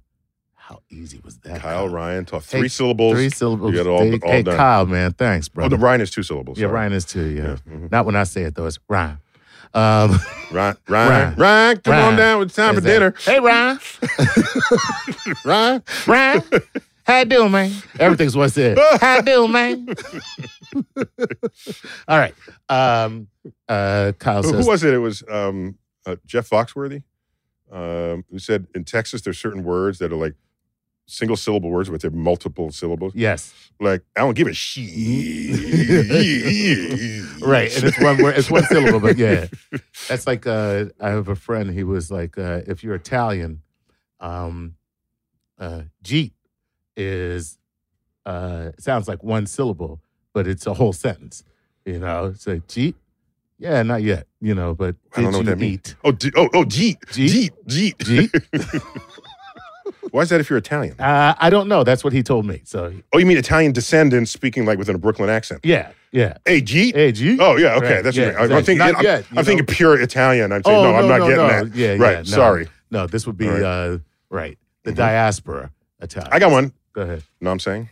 [SPEAKER 2] How easy was that?
[SPEAKER 1] Kyle Ryan. Talk
[SPEAKER 2] Hey,
[SPEAKER 1] three syllables.
[SPEAKER 2] Three syllables.
[SPEAKER 1] You got it all-
[SPEAKER 2] hey,
[SPEAKER 1] all
[SPEAKER 2] hey,
[SPEAKER 1] done.
[SPEAKER 2] Kyle, man, thanks, bro.
[SPEAKER 1] Oh, the Ryan is two syllables.
[SPEAKER 2] yeah,
[SPEAKER 1] sorry.
[SPEAKER 2] Ryan is too. Yeah,
[SPEAKER 1] Yeah, mhm.
[SPEAKER 2] not when I say it though. It's Ryan. Um,
[SPEAKER 1] Ryan. Ryan.
[SPEAKER 2] Ryan.
[SPEAKER 1] Ryan. Come on
[SPEAKER 2] Ryan.
[SPEAKER 1] down. It's time for
[SPEAKER 2] is that-
[SPEAKER 1] dinner.
[SPEAKER 2] Hey, Ryan.
[SPEAKER 1] Ryan.
[SPEAKER 2] Ryan, how you doing, man? Everything's what's it. How you doing, man? All right. Um, uh, Kyle
[SPEAKER 1] Who,
[SPEAKER 2] says,
[SPEAKER 1] who was it? It was um, uh, Jeff Foxworthy, um, who said in Texas there's certain words that are like single syllable words, but they're multiple syllables.
[SPEAKER 2] yes,
[SPEAKER 1] Like I don't give a shit.
[SPEAKER 2] right. And it's one word, it's one syllable, but yeah, that's like uh, I have a friend. He was like, uh, if you're Italian, um, uh, Jeep is uh, sounds like one syllable, but it's a whole sentence. You know, so Jeep. Yeah, not yet. You know, but
[SPEAKER 1] I
[SPEAKER 2] did
[SPEAKER 1] don't know what
[SPEAKER 2] you
[SPEAKER 1] that means.
[SPEAKER 2] eat?
[SPEAKER 1] Oh, d- oh, oh, jeet, jeet,
[SPEAKER 2] Jeet?
[SPEAKER 1] jeet.
[SPEAKER 2] Jeep.
[SPEAKER 1] Why is that if you're Italian?
[SPEAKER 2] Uh, I don't know. That's what he told me. So
[SPEAKER 1] Oh, you mean Italian descendants speaking like within a Brooklyn accent?
[SPEAKER 2] yeah, yeah.
[SPEAKER 1] Hey, jeet.
[SPEAKER 2] Hey, do you?
[SPEAKER 1] Oh, yeah, okay,
[SPEAKER 2] Right,
[SPEAKER 1] that's
[SPEAKER 2] yeah,
[SPEAKER 1] what I- I'm
[SPEAKER 2] exactly.
[SPEAKER 1] thinking.
[SPEAKER 2] Not
[SPEAKER 1] I'm,
[SPEAKER 2] yet, you
[SPEAKER 1] I'm thinking
[SPEAKER 2] know.
[SPEAKER 1] pure Italian. I'm saying no, I'm not getting that.
[SPEAKER 2] Yeah,
[SPEAKER 1] right,
[SPEAKER 2] yeah, Oh, no.
[SPEAKER 1] sorry.
[SPEAKER 2] No, this would be
[SPEAKER 1] All right.
[SPEAKER 2] uh, right. The
[SPEAKER 1] Mhm.
[SPEAKER 2] diaspora attack.
[SPEAKER 1] I got one.
[SPEAKER 2] Go ahead.
[SPEAKER 1] No, I'm saying.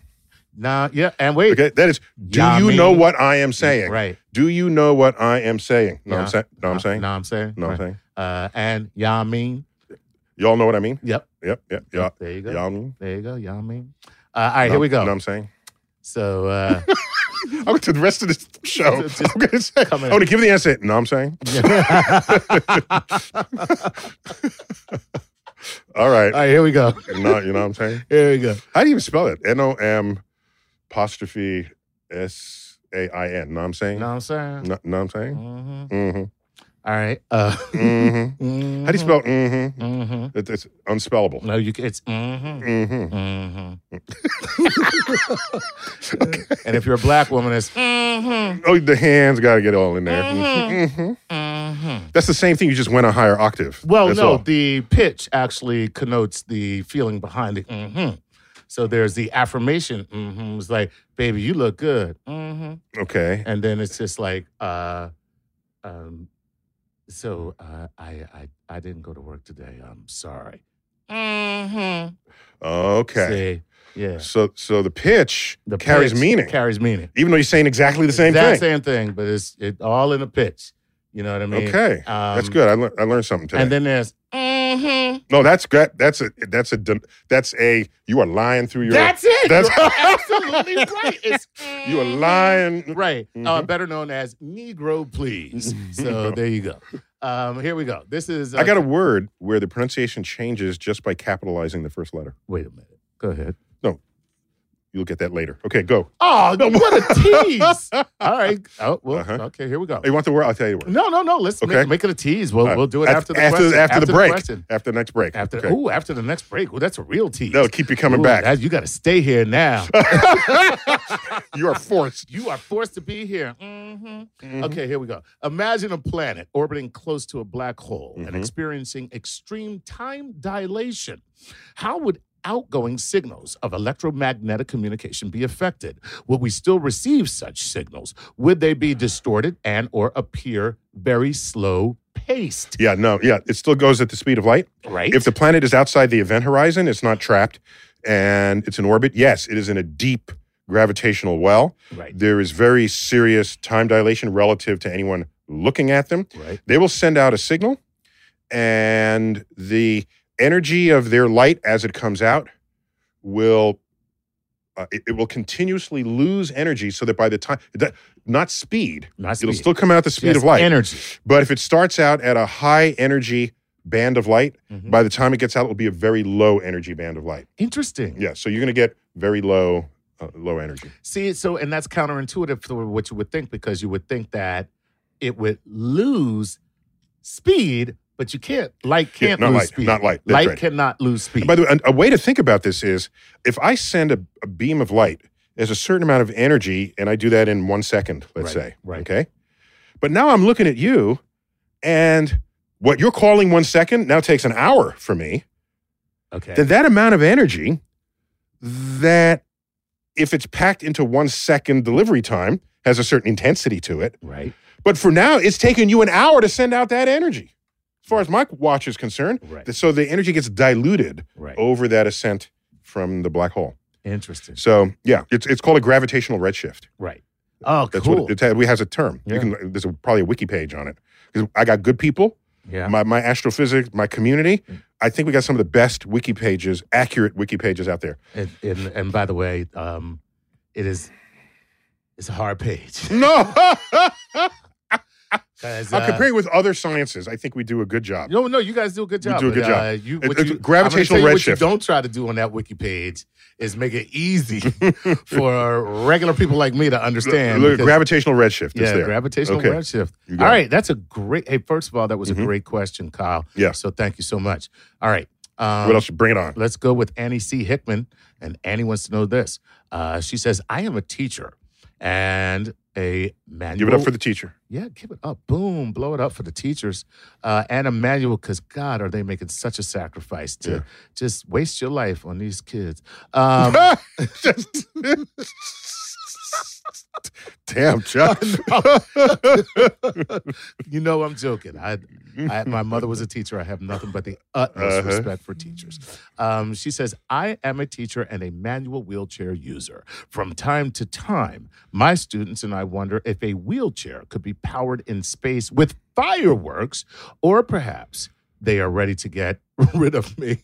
[SPEAKER 2] Nah, yeah, and wait.
[SPEAKER 1] Okay, that is. Do you
[SPEAKER 2] Yummy.
[SPEAKER 1] know what I am saying?
[SPEAKER 2] Right.
[SPEAKER 1] Do you know what I am saying? No, I'm
[SPEAKER 2] Yeah.
[SPEAKER 1] saying. No, I'm saying.
[SPEAKER 2] No,
[SPEAKER 1] No,
[SPEAKER 2] I'm saying.
[SPEAKER 1] I'm saying.
[SPEAKER 2] Uh, and Yamin.
[SPEAKER 1] Y'all know what I mean?
[SPEAKER 2] Yep.
[SPEAKER 1] Yep. Yep. Yep.
[SPEAKER 2] There you go.
[SPEAKER 1] Y'all mean?
[SPEAKER 2] There you go. Yamin. Uh, all right,
[SPEAKER 1] No,
[SPEAKER 2] here we go.
[SPEAKER 1] No, I'm saying.
[SPEAKER 2] So uh,
[SPEAKER 1] I'm going to the rest of this show.
[SPEAKER 2] Just-
[SPEAKER 1] I'm going to say. I'm
[SPEAKER 2] come in.
[SPEAKER 1] going to give the answer. No, I'm saying. All right.
[SPEAKER 2] all right, here we go.
[SPEAKER 1] no, you know what I'm saying.
[SPEAKER 2] Here we go.
[SPEAKER 1] How do you even spell it? N O M apostrophe S A I N. No, I'm saying.
[SPEAKER 2] No, I'm saying.
[SPEAKER 1] No, no, I'm saying.
[SPEAKER 2] Mhm.
[SPEAKER 1] Mm-hmm.
[SPEAKER 2] All right. Uh,
[SPEAKER 1] Mm-hmm. How do you spell mm-hmm?
[SPEAKER 2] hmm
[SPEAKER 1] It, it's unspellable.
[SPEAKER 2] No, you. ca- It's. hmm
[SPEAKER 1] Mm-hmm.
[SPEAKER 2] hmm and if you're a black woman, it's. mm-hmm,
[SPEAKER 1] Oh, the hands got to get all in there. Mhm.
[SPEAKER 2] mm-hmm.
[SPEAKER 1] That's the same thing. You just went a higher octave.
[SPEAKER 2] Well,
[SPEAKER 1] That's
[SPEAKER 2] no,
[SPEAKER 1] all.
[SPEAKER 2] the pitch actually connotes the feeling behind it. hmm So there's the affirmation. hmm It's like, baby, you look good. hmm
[SPEAKER 1] okay.
[SPEAKER 2] And then it's just like, uh, um, so uh, I, I I didn't go to work today. I'm sorry. hmm
[SPEAKER 1] Mm-hmm. Okay.
[SPEAKER 2] See? Yeah.
[SPEAKER 1] So, so the pitch carries
[SPEAKER 2] pitch
[SPEAKER 1] meaning,
[SPEAKER 2] Carries meaning.
[SPEAKER 1] even though you're saying exactly the same
[SPEAKER 2] exact
[SPEAKER 1] thing.
[SPEAKER 2] same thing, but it's it all in a pitch. You know what I mean?
[SPEAKER 1] Okay, that's
[SPEAKER 2] Um,
[SPEAKER 1] good. Mm-hmm. I, lear- I learned something today.
[SPEAKER 2] And then there's
[SPEAKER 1] no, that's good. That's a that's a den- that's a you are lying through your.
[SPEAKER 2] that's it.
[SPEAKER 1] That's-
[SPEAKER 2] You're absolutely right. It's
[SPEAKER 1] you are lying.
[SPEAKER 2] Right, uh,
[SPEAKER 1] Mhm.
[SPEAKER 2] better known as Negro Please. So there you go. Um, here we go. This is.
[SPEAKER 1] I got a word where the pronunciation changes just by capitalizing the first letter.
[SPEAKER 2] Wait a minute. Go ahead.
[SPEAKER 1] You'll get that later. Okay, go.
[SPEAKER 2] Oh, what a tease! All right. Oh well.
[SPEAKER 1] Uh-huh.
[SPEAKER 2] Okay. Here we go.
[SPEAKER 1] You want the word? I'll tell you the word.
[SPEAKER 2] No, no, no. Let's
[SPEAKER 1] Okay.
[SPEAKER 2] make, make it a tease. We'll
[SPEAKER 1] All right.
[SPEAKER 2] we'll do it
[SPEAKER 1] Af-
[SPEAKER 2] after the
[SPEAKER 1] after,
[SPEAKER 2] question.
[SPEAKER 1] after, the break.
[SPEAKER 2] question.
[SPEAKER 1] After the next break.
[SPEAKER 2] After
[SPEAKER 1] okay.
[SPEAKER 2] ooh, after the next break. Well, that's a real tease.
[SPEAKER 1] No, keep you coming
[SPEAKER 2] Ooh,
[SPEAKER 1] back.
[SPEAKER 2] that- you got to stay here now.
[SPEAKER 1] You are forced.
[SPEAKER 2] you are forced to be here. hmm
[SPEAKER 1] Mhm.
[SPEAKER 2] Okay, here we go. Imagine a planet orbiting close to a black hole and
[SPEAKER 1] Mhm.
[SPEAKER 2] experiencing extreme time dilation. How would outgoing signals of electromagnetic communication be affected? Would we still receive such signals? Would they be distorted and or appear very slow paced?
[SPEAKER 1] Yeah, no, yeah. It still goes at the speed of light.
[SPEAKER 2] Right?
[SPEAKER 1] If the planet is outside the event horizon, it's not trapped and it's in orbit. Yes, it is in a deep gravitational well.
[SPEAKER 2] right.
[SPEAKER 1] There is very serious time dilation relative to anyone looking at them.
[SPEAKER 2] Right.
[SPEAKER 1] They will send out a signal, and the energy of their light as it comes out will. Uh, it, it will continuously lose energy so that by the time, that, not speed,
[SPEAKER 2] Not
[SPEAKER 1] it'll
[SPEAKER 2] speed.
[SPEAKER 1] still come out at the speed
[SPEAKER 2] Just
[SPEAKER 1] of light.
[SPEAKER 2] Energy.
[SPEAKER 1] But if it starts out at a high energy band of light,
[SPEAKER 2] Mhm.
[SPEAKER 1] by the time it gets out, it'll be a very low energy band of light.
[SPEAKER 2] Interesting.
[SPEAKER 1] Yeah, so you're going to get very low, uh, low energy.
[SPEAKER 2] See, so and that's counterintuitive to what you would think because you would think that it would lose speed, but you can't. Light
[SPEAKER 1] Yeah,
[SPEAKER 2] can't
[SPEAKER 1] not
[SPEAKER 2] lose
[SPEAKER 1] light,
[SPEAKER 2] speed.
[SPEAKER 1] not light, that's
[SPEAKER 2] Light
[SPEAKER 1] right.
[SPEAKER 2] cannot lose speed.
[SPEAKER 1] And by the way, a, a way to think about this is if I send a, a beam of light, there's a certain amount of energy, and I do that in one second, let's
[SPEAKER 2] Right,
[SPEAKER 1] say.
[SPEAKER 2] right.
[SPEAKER 1] Okay. But now I'm looking at you, and what you're calling one second now takes an hour for me.
[SPEAKER 2] okay.
[SPEAKER 1] Then that amount of energy that, if it's packed into one second delivery time, has a certain intensity to it.
[SPEAKER 2] right.
[SPEAKER 1] But for now, it's taking you an hour to send out that energy. As far as my watch is concerned,
[SPEAKER 2] Right.
[SPEAKER 1] so the energy gets diluted
[SPEAKER 2] Right.
[SPEAKER 1] over that ascent from the black hole.
[SPEAKER 2] Interesting.
[SPEAKER 1] So yeah, it's it's called a gravitational redshift.
[SPEAKER 2] Right. Oh,
[SPEAKER 1] That's
[SPEAKER 2] cool.
[SPEAKER 1] what it, it has a term.
[SPEAKER 2] Yeah.
[SPEAKER 1] You can there's a, probably a wiki page on it because I got good people.
[SPEAKER 2] yeah. Mm.
[SPEAKER 1] My my astrophysics, my community. I think we got some of the best wiki pages, accurate wiki pages out there.
[SPEAKER 2] and, and and by the way, um, it is. It's a hard page.
[SPEAKER 1] No,
[SPEAKER 2] Guys,
[SPEAKER 1] I'm
[SPEAKER 2] uh,
[SPEAKER 1] comparing with other sciences. I think we do a good job.
[SPEAKER 2] No, no, you guys do a good
[SPEAKER 1] We
[SPEAKER 2] job.
[SPEAKER 1] do a good
[SPEAKER 2] but,
[SPEAKER 1] job.
[SPEAKER 2] Uh, you,
[SPEAKER 1] It-
[SPEAKER 2] what
[SPEAKER 1] it's
[SPEAKER 2] you-
[SPEAKER 1] gravitational
[SPEAKER 2] I'm gonna tell you What
[SPEAKER 1] redshift.
[SPEAKER 2] you don't try to do on that wiki page is make it easy for regular people like me to understand.
[SPEAKER 1] Look,
[SPEAKER 2] because-
[SPEAKER 1] gravitational redshift is
[SPEAKER 2] yeah,
[SPEAKER 1] there.
[SPEAKER 2] gravitational
[SPEAKER 1] Okay.
[SPEAKER 2] redshift.
[SPEAKER 1] You got
[SPEAKER 2] All
[SPEAKER 1] it.
[SPEAKER 2] right, that's a great. Hey, first of all, that was a
[SPEAKER 1] Mhm.
[SPEAKER 2] great question, Kyle.
[SPEAKER 1] Yeah.
[SPEAKER 2] So thank you so much. All right. Um,
[SPEAKER 1] what else? Bring it on.
[SPEAKER 2] Let's go with Annie C. Hickman. And Annie wants to know this. Uh, she says, I am a teacher and a manual.
[SPEAKER 1] Give it up for the teacher.
[SPEAKER 2] Yeah, give it up. Boom. Blow it up for the teachers uh, and Emmanuel, because God, are they making such a sacrifice to
[SPEAKER 1] Yeah.
[SPEAKER 2] just waste your life on these kids? Um,
[SPEAKER 1] Just- Damn, Chuck.
[SPEAKER 2] you know, I'm joking. I, I, my mother was a teacher. I have nothing but the utmost
[SPEAKER 1] Uh-huh.
[SPEAKER 2] respect for teachers. Um, she says, I am a teacher and a manual wheelchair user. From time to time, my students and I wonder if a wheelchair could be powered in space with fireworks, or perhaps they are ready to get rid of me.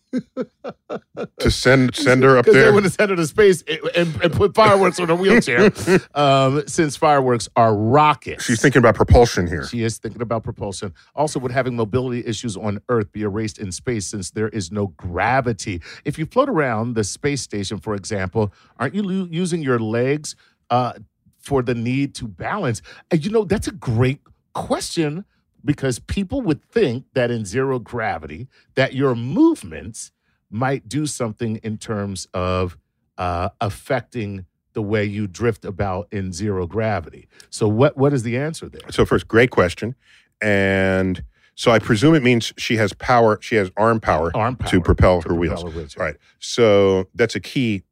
[SPEAKER 1] to send send her up
[SPEAKER 2] Because they
[SPEAKER 1] there.
[SPEAKER 2] would have sent her to space and, and- and put fireworks on a wheelchair, um, since fireworks are rockets.
[SPEAKER 1] She's thinking about propulsion here.
[SPEAKER 2] She is thinking about propulsion. Also, would having mobility issues on Earth be erased in space since there is no gravity? If you float around the space station, for example, aren't you lo- using your legs uh, for the need to balance? And you know, that's a great question because people would think that in zero gravity, that your movements might do something in terms of uh, affecting the way you drift about in zero gravity. So what what is the answer there?
[SPEAKER 1] So first, great question, and so I presume it means she has power. She has arm power.
[SPEAKER 2] arm power
[SPEAKER 1] to propel her wheels.
[SPEAKER 2] wheelchair.
[SPEAKER 1] All right. So that's a key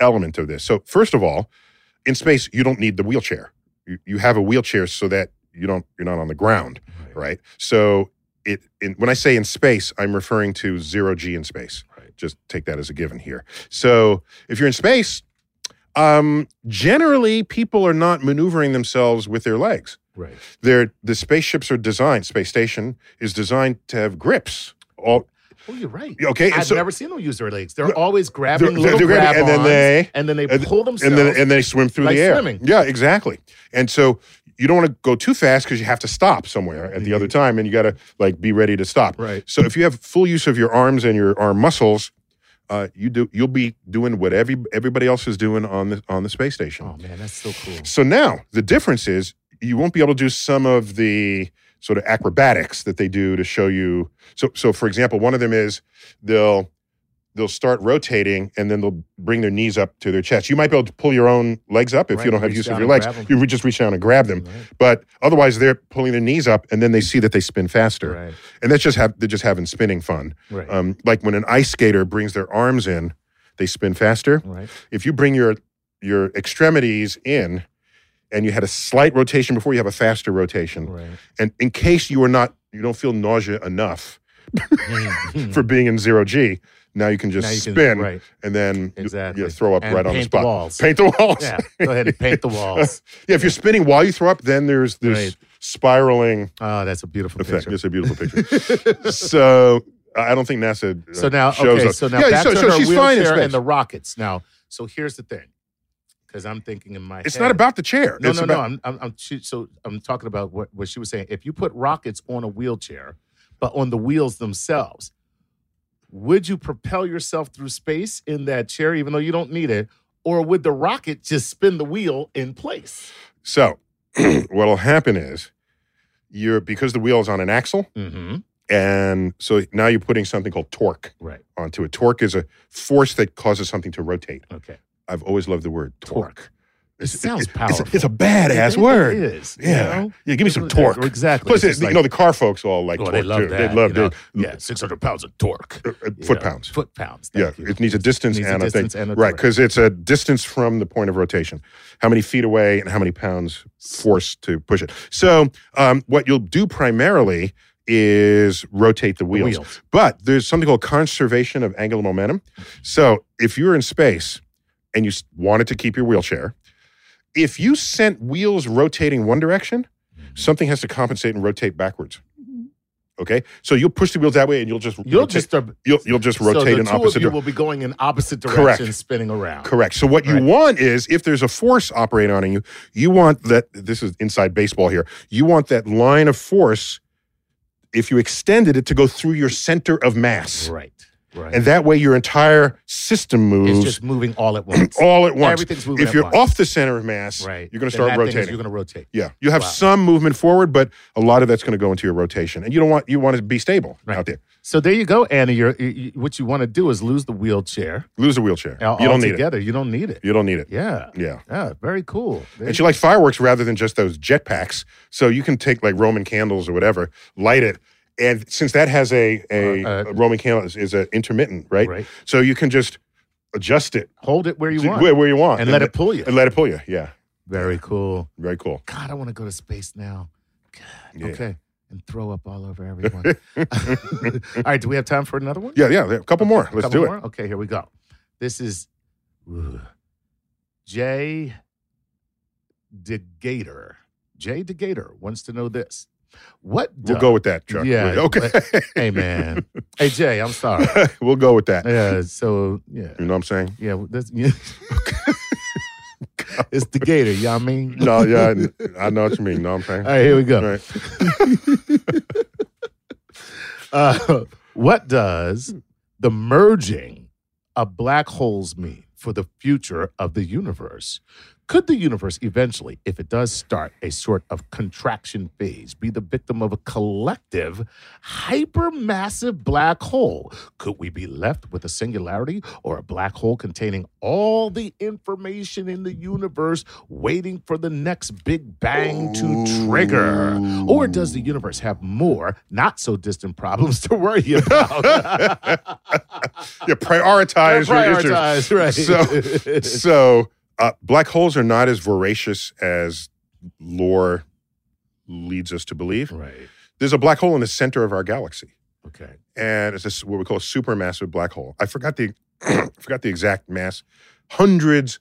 [SPEAKER 1] element of this. So first of all, in space, you don't need the wheelchair. You, you have a wheelchair so that you don't you're not on the ground,
[SPEAKER 2] Right.
[SPEAKER 1] right? So it in, when I say in space, I'm referring to zero g in space.
[SPEAKER 2] Right.
[SPEAKER 1] Just take that as a given here. So if you're in space, um, generally people are not maneuvering themselves with their legs.
[SPEAKER 2] Right.
[SPEAKER 1] They're, the spaceships are designed. Space station is designed to have grips. All
[SPEAKER 2] Oh, you're right.
[SPEAKER 1] okay. and
[SPEAKER 2] I've
[SPEAKER 1] so-
[SPEAKER 2] never seen them use their legs. They're always grabbing
[SPEAKER 1] they're-
[SPEAKER 2] little
[SPEAKER 1] they're
[SPEAKER 2] grab
[SPEAKER 1] grabbing- and then
[SPEAKER 2] ons,
[SPEAKER 1] they-
[SPEAKER 2] and then they
[SPEAKER 1] and-
[SPEAKER 2] pull themselves.
[SPEAKER 1] and then and they swim through
[SPEAKER 2] Like
[SPEAKER 1] the air.
[SPEAKER 2] swimming.
[SPEAKER 1] Yeah, exactly. And so you don't want to go too fast because you have to stop somewhere at the
[SPEAKER 2] Mm-hmm.
[SPEAKER 1] other time and you got to like be ready to stop
[SPEAKER 4] Right.
[SPEAKER 1] so if you have full use of your arms and your arm muscles uh, you do you'll be doing what every, everybody else is doing on the on the space station
[SPEAKER 2] Oh man, that's so cool.
[SPEAKER 1] so now the difference is you won't be able to do some of the sort of acrobatics that they do to show you. So, so for example, one of them is they'll they'll start rotating and then they'll bring their knees up to their chest. You might be able to pull your own legs up if
[SPEAKER 2] Right,
[SPEAKER 1] you don't have
[SPEAKER 2] reach
[SPEAKER 1] use of
[SPEAKER 2] down
[SPEAKER 1] your
[SPEAKER 2] and
[SPEAKER 1] legs.
[SPEAKER 2] grab 'em.
[SPEAKER 1] You would just reach down and grab them. But otherwise, they're pulling their knees up and then they see that they spin faster,
[SPEAKER 2] Right.
[SPEAKER 1] and that's just have they're just having spinning fun.
[SPEAKER 2] Right.
[SPEAKER 1] Um, like when an ice skater brings their arms in, they spin faster
[SPEAKER 2] right.
[SPEAKER 1] if you bring your your extremities in and you had a slight rotation before you have a faster rotation
[SPEAKER 2] Right.
[SPEAKER 1] and in case you are not you don't feel nausea enough for being in zero g now you can just
[SPEAKER 2] Mm. Now you can-
[SPEAKER 1] spin
[SPEAKER 2] right.
[SPEAKER 1] and then you-
[SPEAKER 2] Exactly.
[SPEAKER 1] you throw up
[SPEAKER 2] And
[SPEAKER 1] right on the
[SPEAKER 2] paint the
[SPEAKER 1] spot
[SPEAKER 2] walls.
[SPEAKER 1] paint the walls
[SPEAKER 2] Yeah. Go ahead and paint the walls.
[SPEAKER 1] Yeah, if you're spinning while you throw up then there's this
[SPEAKER 2] Right.
[SPEAKER 1] spiraling
[SPEAKER 2] Oh, that's a beautiful
[SPEAKER 1] effect
[SPEAKER 2] picture.
[SPEAKER 1] it's a beautiful picture so i don't think nasa uh,
[SPEAKER 2] So now,
[SPEAKER 1] shows
[SPEAKER 2] okay,
[SPEAKER 1] us-
[SPEAKER 2] so now
[SPEAKER 1] yeah,
[SPEAKER 2] back
[SPEAKER 1] so,
[SPEAKER 2] to
[SPEAKER 1] so
[SPEAKER 2] her
[SPEAKER 1] she's fine in
[SPEAKER 2] wheelchair
[SPEAKER 1] space.
[SPEAKER 2] and the rockets. Now, so here's the thing, because I'm thinking in my
[SPEAKER 1] it's
[SPEAKER 2] head-
[SPEAKER 1] not about the chair
[SPEAKER 2] No,
[SPEAKER 1] it's
[SPEAKER 2] no,
[SPEAKER 1] about,
[SPEAKER 2] no. I'm, I'm, I'm she, so I'm talking about what, what she was saying. If you put rockets on a wheelchair, but on the wheels themselves, would you propel yourself through space in that chair, even though you don't need it, or would the rocket just spin the wheel in place?
[SPEAKER 1] So, what'll happen is you're because the wheel is on an axle,
[SPEAKER 2] Mm-hmm.
[SPEAKER 1] and so now you're putting something called torque
[SPEAKER 2] Right.
[SPEAKER 1] onto it. Torque is a force that causes something to rotate.
[SPEAKER 2] Okay.
[SPEAKER 1] I've always loved the word torque.
[SPEAKER 2] Torque. It sounds
[SPEAKER 1] It's,
[SPEAKER 2] powerful.
[SPEAKER 1] it's a badass
[SPEAKER 2] It
[SPEAKER 1] word.
[SPEAKER 2] is, you
[SPEAKER 1] Yeah.
[SPEAKER 2] know?
[SPEAKER 1] Yeah, give me some torque.
[SPEAKER 2] Exactly.
[SPEAKER 1] Plus,
[SPEAKER 2] It's
[SPEAKER 1] it,
[SPEAKER 2] just
[SPEAKER 1] you
[SPEAKER 2] like-
[SPEAKER 1] know, the car folks all like
[SPEAKER 2] Oh,
[SPEAKER 1] torque
[SPEAKER 2] they love
[SPEAKER 1] too.
[SPEAKER 2] that.
[SPEAKER 1] They love
[SPEAKER 2] you know?
[SPEAKER 1] it.
[SPEAKER 2] Yeah, 600 pounds of torque.
[SPEAKER 1] Uh, uh,
[SPEAKER 2] you
[SPEAKER 1] foot
[SPEAKER 2] know?
[SPEAKER 1] pounds.
[SPEAKER 2] Foot pounds.
[SPEAKER 1] yeah,
[SPEAKER 2] Thank you.
[SPEAKER 1] it needs a distance
[SPEAKER 2] Needs a
[SPEAKER 1] and a thing.
[SPEAKER 2] distance and a
[SPEAKER 1] right,
[SPEAKER 2] torque.
[SPEAKER 1] because it's a distance from the point of rotation. How many feet away and how many pounds force to push it. So, um, what you'll do primarily is rotate the wheels.
[SPEAKER 2] wheels.
[SPEAKER 1] But there's something called conservation of angular momentum. So, if you're in space and you s- wanted to keep your wheelchair, if you sent wheels rotating one direction,
[SPEAKER 2] Mm-hmm.
[SPEAKER 1] something has to compensate and rotate backwards. Okay, so you'll push the wheels that way, and you'll just
[SPEAKER 2] You'll
[SPEAKER 1] rotate-
[SPEAKER 2] just start
[SPEAKER 1] you'll you'll just
[SPEAKER 2] so the
[SPEAKER 1] rotate in
[SPEAKER 2] two
[SPEAKER 1] opposite
[SPEAKER 2] of you
[SPEAKER 1] direction.
[SPEAKER 2] will be going in opposite
[SPEAKER 1] Correct.
[SPEAKER 2] directions, spinning around.
[SPEAKER 1] Correct. So what you
[SPEAKER 2] Right.
[SPEAKER 1] want is if there's a force operating on you, you want that this is inside baseball here. You want that line of force if you extended it to go through your center of mass.
[SPEAKER 2] Right. Right.
[SPEAKER 1] And that way your entire system
[SPEAKER 2] it's
[SPEAKER 1] moves
[SPEAKER 2] just moving all at once.
[SPEAKER 1] all at once.
[SPEAKER 2] Everything's moving.
[SPEAKER 1] If
[SPEAKER 2] at
[SPEAKER 1] you're
[SPEAKER 2] once.
[SPEAKER 1] off the center of mass,
[SPEAKER 2] right,
[SPEAKER 1] you're going
[SPEAKER 2] Then
[SPEAKER 1] to start
[SPEAKER 2] that thing is
[SPEAKER 1] rotating.
[SPEAKER 2] You're going to rotate.
[SPEAKER 1] yeah, you have
[SPEAKER 2] Wow.
[SPEAKER 1] some movement forward, but a lot of that's going to go into your rotation, and you don't want you want to be stable
[SPEAKER 2] Right.
[SPEAKER 1] out there.
[SPEAKER 2] So there you go, Annie. You're, you, you- what you want to do is lose the wheelchair
[SPEAKER 1] Lose a wheelchair.
[SPEAKER 2] all,
[SPEAKER 1] you don't need
[SPEAKER 2] together. You don't need it.
[SPEAKER 1] it. You don't need it.
[SPEAKER 2] Yeah.
[SPEAKER 1] Yeah.
[SPEAKER 2] Yeah. Very cool. There
[SPEAKER 1] And
[SPEAKER 2] you
[SPEAKER 1] she likes fireworks rather than just those jet packs. So you can take like Roman candles or whatever, light it. And since that has a, a,
[SPEAKER 2] Uh, uh,
[SPEAKER 1] a Roman candle is, is an intermittent, right?
[SPEAKER 2] Right.
[SPEAKER 1] So you can just adjust it
[SPEAKER 2] Hold it where you
[SPEAKER 1] to
[SPEAKER 2] want,
[SPEAKER 1] Where, where you want
[SPEAKER 2] and let it pull you.
[SPEAKER 1] and let it pull you. Yeah.
[SPEAKER 2] Very cool.
[SPEAKER 1] Very cool.
[SPEAKER 2] God, I want to go to space now.
[SPEAKER 1] Yeah.
[SPEAKER 2] Okay. And throw up all over everyone. all right. Do we have time for another one?
[SPEAKER 1] Yeah, yeah. A couple more. Let's
[SPEAKER 2] Couple
[SPEAKER 1] do
[SPEAKER 2] more? Okay, here we go. This is ugh, Jay DeGator. Jay DeGator wants to know this. What
[SPEAKER 1] it. We'll
[SPEAKER 2] do-
[SPEAKER 1] go with that, Chuck.
[SPEAKER 2] Yeah,
[SPEAKER 1] Okay.
[SPEAKER 2] Hey man. hey Jay, I'm sorry.
[SPEAKER 1] we'll go with that.
[SPEAKER 2] Yeah, so yeah.
[SPEAKER 1] You know what I'm saying?
[SPEAKER 2] Yeah, well, that's yeah. It's the gator, you know what I mean?
[SPEAKER 1] No, yeah. I know what you mean. You know what I'm saying?
[SPEAKER 2] All right, here we go.
[SPEAKER 1] All right.
[SPEAKER 2] Uh, what does the merging of black holes mean for the future of the universe? Could the universe eventually, if it does start a sort of contraction phase, be the victim of a collective hypermassive black hole? Could we be left with a singularity or a black hole containing all the information in the universe waiting for the next big bang to trigger? Or does the universe have more not so distant problems to worry about?
[SPEAKER 1] Yeah, prioritize, your issues.
[SPEAKER 2] prioritize, right.
[SPEAKER 1] so uh, black holes are not as voracious as lore leads us to believe.
[SPEAKER 2] right.
[SPEAKER 1] There's a black hole in the center of our galaxy,
[SPEAKER 2] Okay.
[SPEAKER 1] and it's a s what we call a supermassive black hole. I forgot the forgot the exact mass, hundreds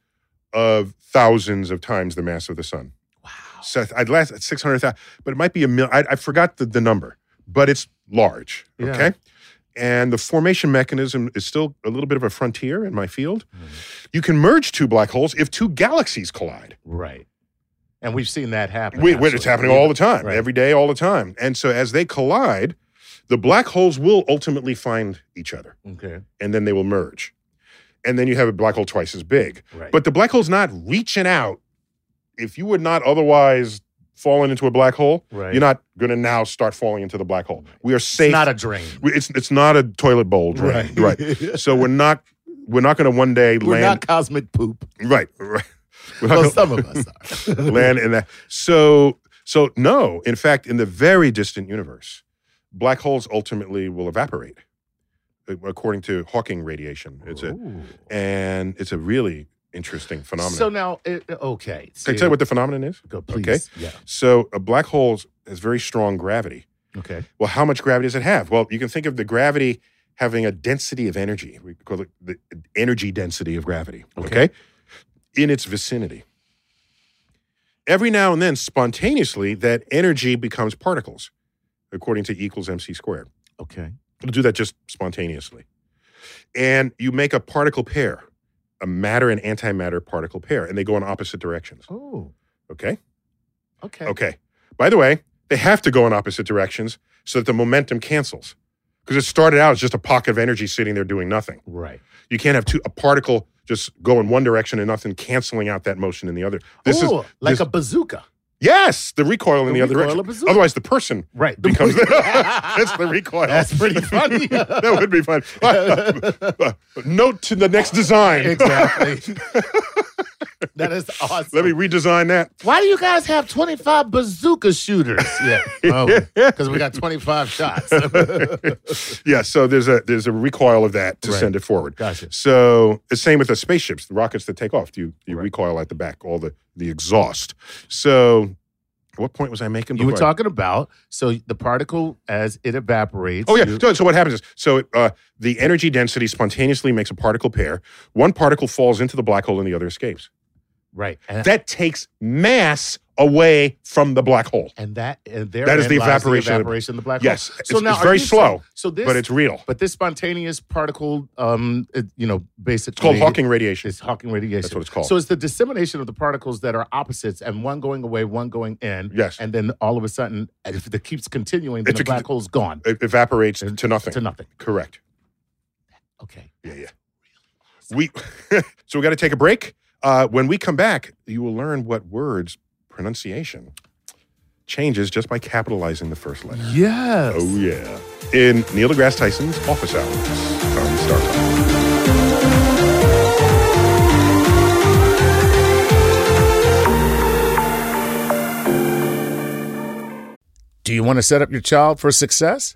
[SPEAKER 1] of thousands of times the mass of the sun.
[SPEAKER 2] Wow.
[SPEAKER 1] So I'd last at six hundred thousand, but it might be a mil. I, I forgot the, the number, but it's large.
[SPEAKER 2] Yeah.
[SPEAKER 1] Okay, and the formation mechanism is still a little bit of a frontier
[SPEAKER 2] Mm-hmm.
[SPEAKER 1] in my field. You can merge two black holes if two galaxies collide.
[SPEAKER 2] Right.
[SPEAKER 5] And we've seen that happen.
[SPEAKER 1] Wait, wait, it's
[SPEAKER 5] actually.
[SPEAKER 1] happening all the time,
[SPEAKER 5] Right.
[SPEAKER 1] every day, all the time. And so as they collide, the black holes will ultimately find each other
[SPEAKER 5] Okay.
[SPEAKER 1] and then they will merge. And then you have a black hole twice as big.
[SPEAKER 5] Right.
[SPEAKER 1] But the black hole's not reaching out. If you would not otherwise fallen into a black hole,
[SPEAKER 5] right.
[SPEAKER 1] you're not going to now start falling into the black hole. We are safe.
[SPEAKER 5] it's not a drain.
[SPEAKER 1] We- it's, it's not a toilet bowl drain. Right. So we're not we're not going to one day
[SPEAKER 5] We're
[SPEAKER 1] land
[SPEAKER 5] not cosmic poop.
[SPEAKER 1] right right. We're not
[SPEAKER 5] Well,
[SPEAKER 1] gonna-
[SPEAKER 5] some of us are.
[SPEAKER 1] land in that. So so no, in fact, in the very distant universe, black holes ultimately will evaporate, uh, according to Hawking radiation. It's a
[SPEAKER 5] Ooh.
[SPEAKER 1] and it's a really interesting phenomenon.
[SPEAKER 5] So now, it, okay.
[SPEAKER 1] Can I tell you what the phenomenon is?
[SPEAKER 5] Go,
[SPEAKER 1] Okay.
[SPEAKER 5] please. Yeah.
[SPEAKER 1] So a black hole has very strong gravity.
[SPEAKER 5] Okay.
[SPEAKER 1] Well, how much gravity does it have? Well, you can think of the gravity having a density of energy. We call it the energy density of gravity.
[SPEAKER 5] Okay.
[SPEAKER 1] Okay. In its vicinity. Every now and then, spontaneously, that energy becomes particles, according to E equals mc squared.
[SPEAKER 5] Okay.
[SPEAKER 1] It'll do that just spontaneously. And you make a particle pair, a matter and antimatter particle pair, and they go in opposite directions.
[SPEAKER 5] Oh.
[SPEAKER 1] Okay?
[SPEAKER 5] Okay.
[SPEAKER 1] Okay. By the way, they have to go in opposite directions so that the momentum cancels. Because it started out as just a pocket of energy sitting there doing nothing.
[SPEAKER 5] Right.
[SPEAKER 1] You can't have two a particle just go in one direction and nothing canceling out that motion in the other. This is
[SPEAKER 5] Ooh, like
[SPEAKER 1] this-
[SPEAKER 5] a bazooka.
[SPEAKER 1] yes, the recoil in the,
[SPEAKER 5] The
[SPEAKER 1] other
[SPEAKER 5] recoil
[SPEAKER 1] direction.
[SPEAKER 5] of bazooka.
[SPEAKER 1] Otherwise, the person
[SPEAKER 5] Right.
[SPEAKER 1] becomes that's the recoil.
[SPEAKER 5] That's pretty funny.
[SPEAKER 1] that would be fun. Note to the next design.
[SPEAKER 5] exactly. that is awesome.
[SPEAKER 1] Let me redesign that.
[SPEAKER 5] Why do you guys have 25 bazooka shooters? Yeah. Because we got 25 shots.
[SPEAKER 1] yeah, so there's a there's a recoil of that to
[SPEAKER 5] Right.
[SPEAKER 1] send it forward.
[SPEAKER 5] gotcha.
[SPEAKER 1] So the same with the spaceships, the rockets that take off. Do you, you
[SPEAKER 5] Right.
[SPEAKER 1] recoil at the back, all the the exhaust. So at what point was I making?
[SPEAKER 5] You were
[SPEAKER 1] before I-
[SPEAKER 5] talking about so the particle as it evaporates.
[SPEAKER 1] Oh yeah.
[SPEAKER 5] you-
[SPEAKER 1] So, so what happens is, so uh, the energy density spontaneously makes a particle pair. One particle falls into the black hole, and the other escapes.
[SPEAKER 5] right. And
[SPEAKER 1] That takes mass away from the black hole.
[SPEAKER 5] and that and there
[SPEAKER 1] That is the
[SPEAKER 5] lies
[SPEAKER 1] evaporation of-
[SPEAKER 5] evaporation of the black hole.
[SPEAKER 1] Yes, it's, it's
[SPEAKER 5] are
[SPEAKER 1] very
[SPEAKER 5] you
[SPEAKER 1] slow,
[SPEAKER 5] saying- so this,
[SPEAKER 1] but it's real.
[SPEAKER 5] but this spontaneous particle, um, it- you know, basically
[SPEAKER 1] It's called Hawking radiation.
[SPEAKER 5] It's Hawking radiation.
[SPEAKER 1] That's what it's called.
[SPEAKER 5] So it's the dissemination of the particles that are opposites and one going away, one going in.
[SPEAKER 1] Yes.
[SPEAKER 5] And then all of a sudden, if it keeps continuing, then
[SPEAKER 1] It's
[SPEAKER 5] the
[SPEAKER 1] a con-
[SPEAKER 5] black hole's gone
[SPEAKER 1] It E-, evaporates
[SPEAKER 5] It-
[SPEAKER 1] to nothing.
[SPEAKER 5] to nothing.
[SPEAKER 1] Correct.
[SPEAKER 5] Okay.
[SPEAKER 1] Yeah, yeah. We so we got to take a break. Uh, when we come back, you will learn what words pronunciation changes just by capitalizing the first letter.
[SPEAKER 5] Yes.
[SPEAKER 1] Oh yeah. In Neil deGrasse Tyson's office hours on Star Talk.
[SPEAKER 2] Do you want to set up your child for success?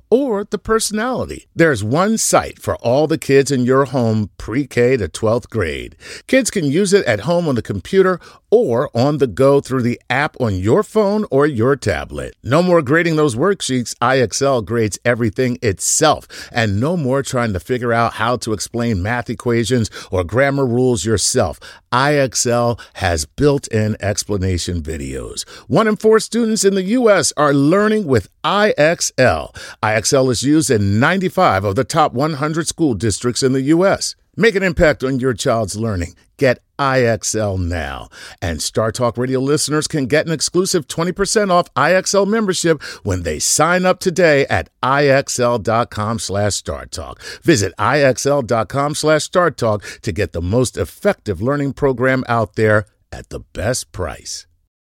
[SPEAKER 2] or the personality. There's one site for all the kids in your home pre K to 12th grade. Kids can use it at home on the computer or on the go through the app on your phone or your tablet. No more grading those worksheets. IXL grades everything itself, and no more trying to figure out how to explain math equations or grammar rules yourself. IXL has built in explanation videos. One in four students in the U.S. are learning with IXL. IXL is used in 95 of the top 100 school districts in the U.S. Make an impact on your child's learning. Get IXL now. And Star Talk Radio listeners can get an exclusive 20% off IXL membership when they sign up today at IXL.com slash StarTalk. Visit IXL.com slash StarTalk to get the most effective learning program out there at the best price.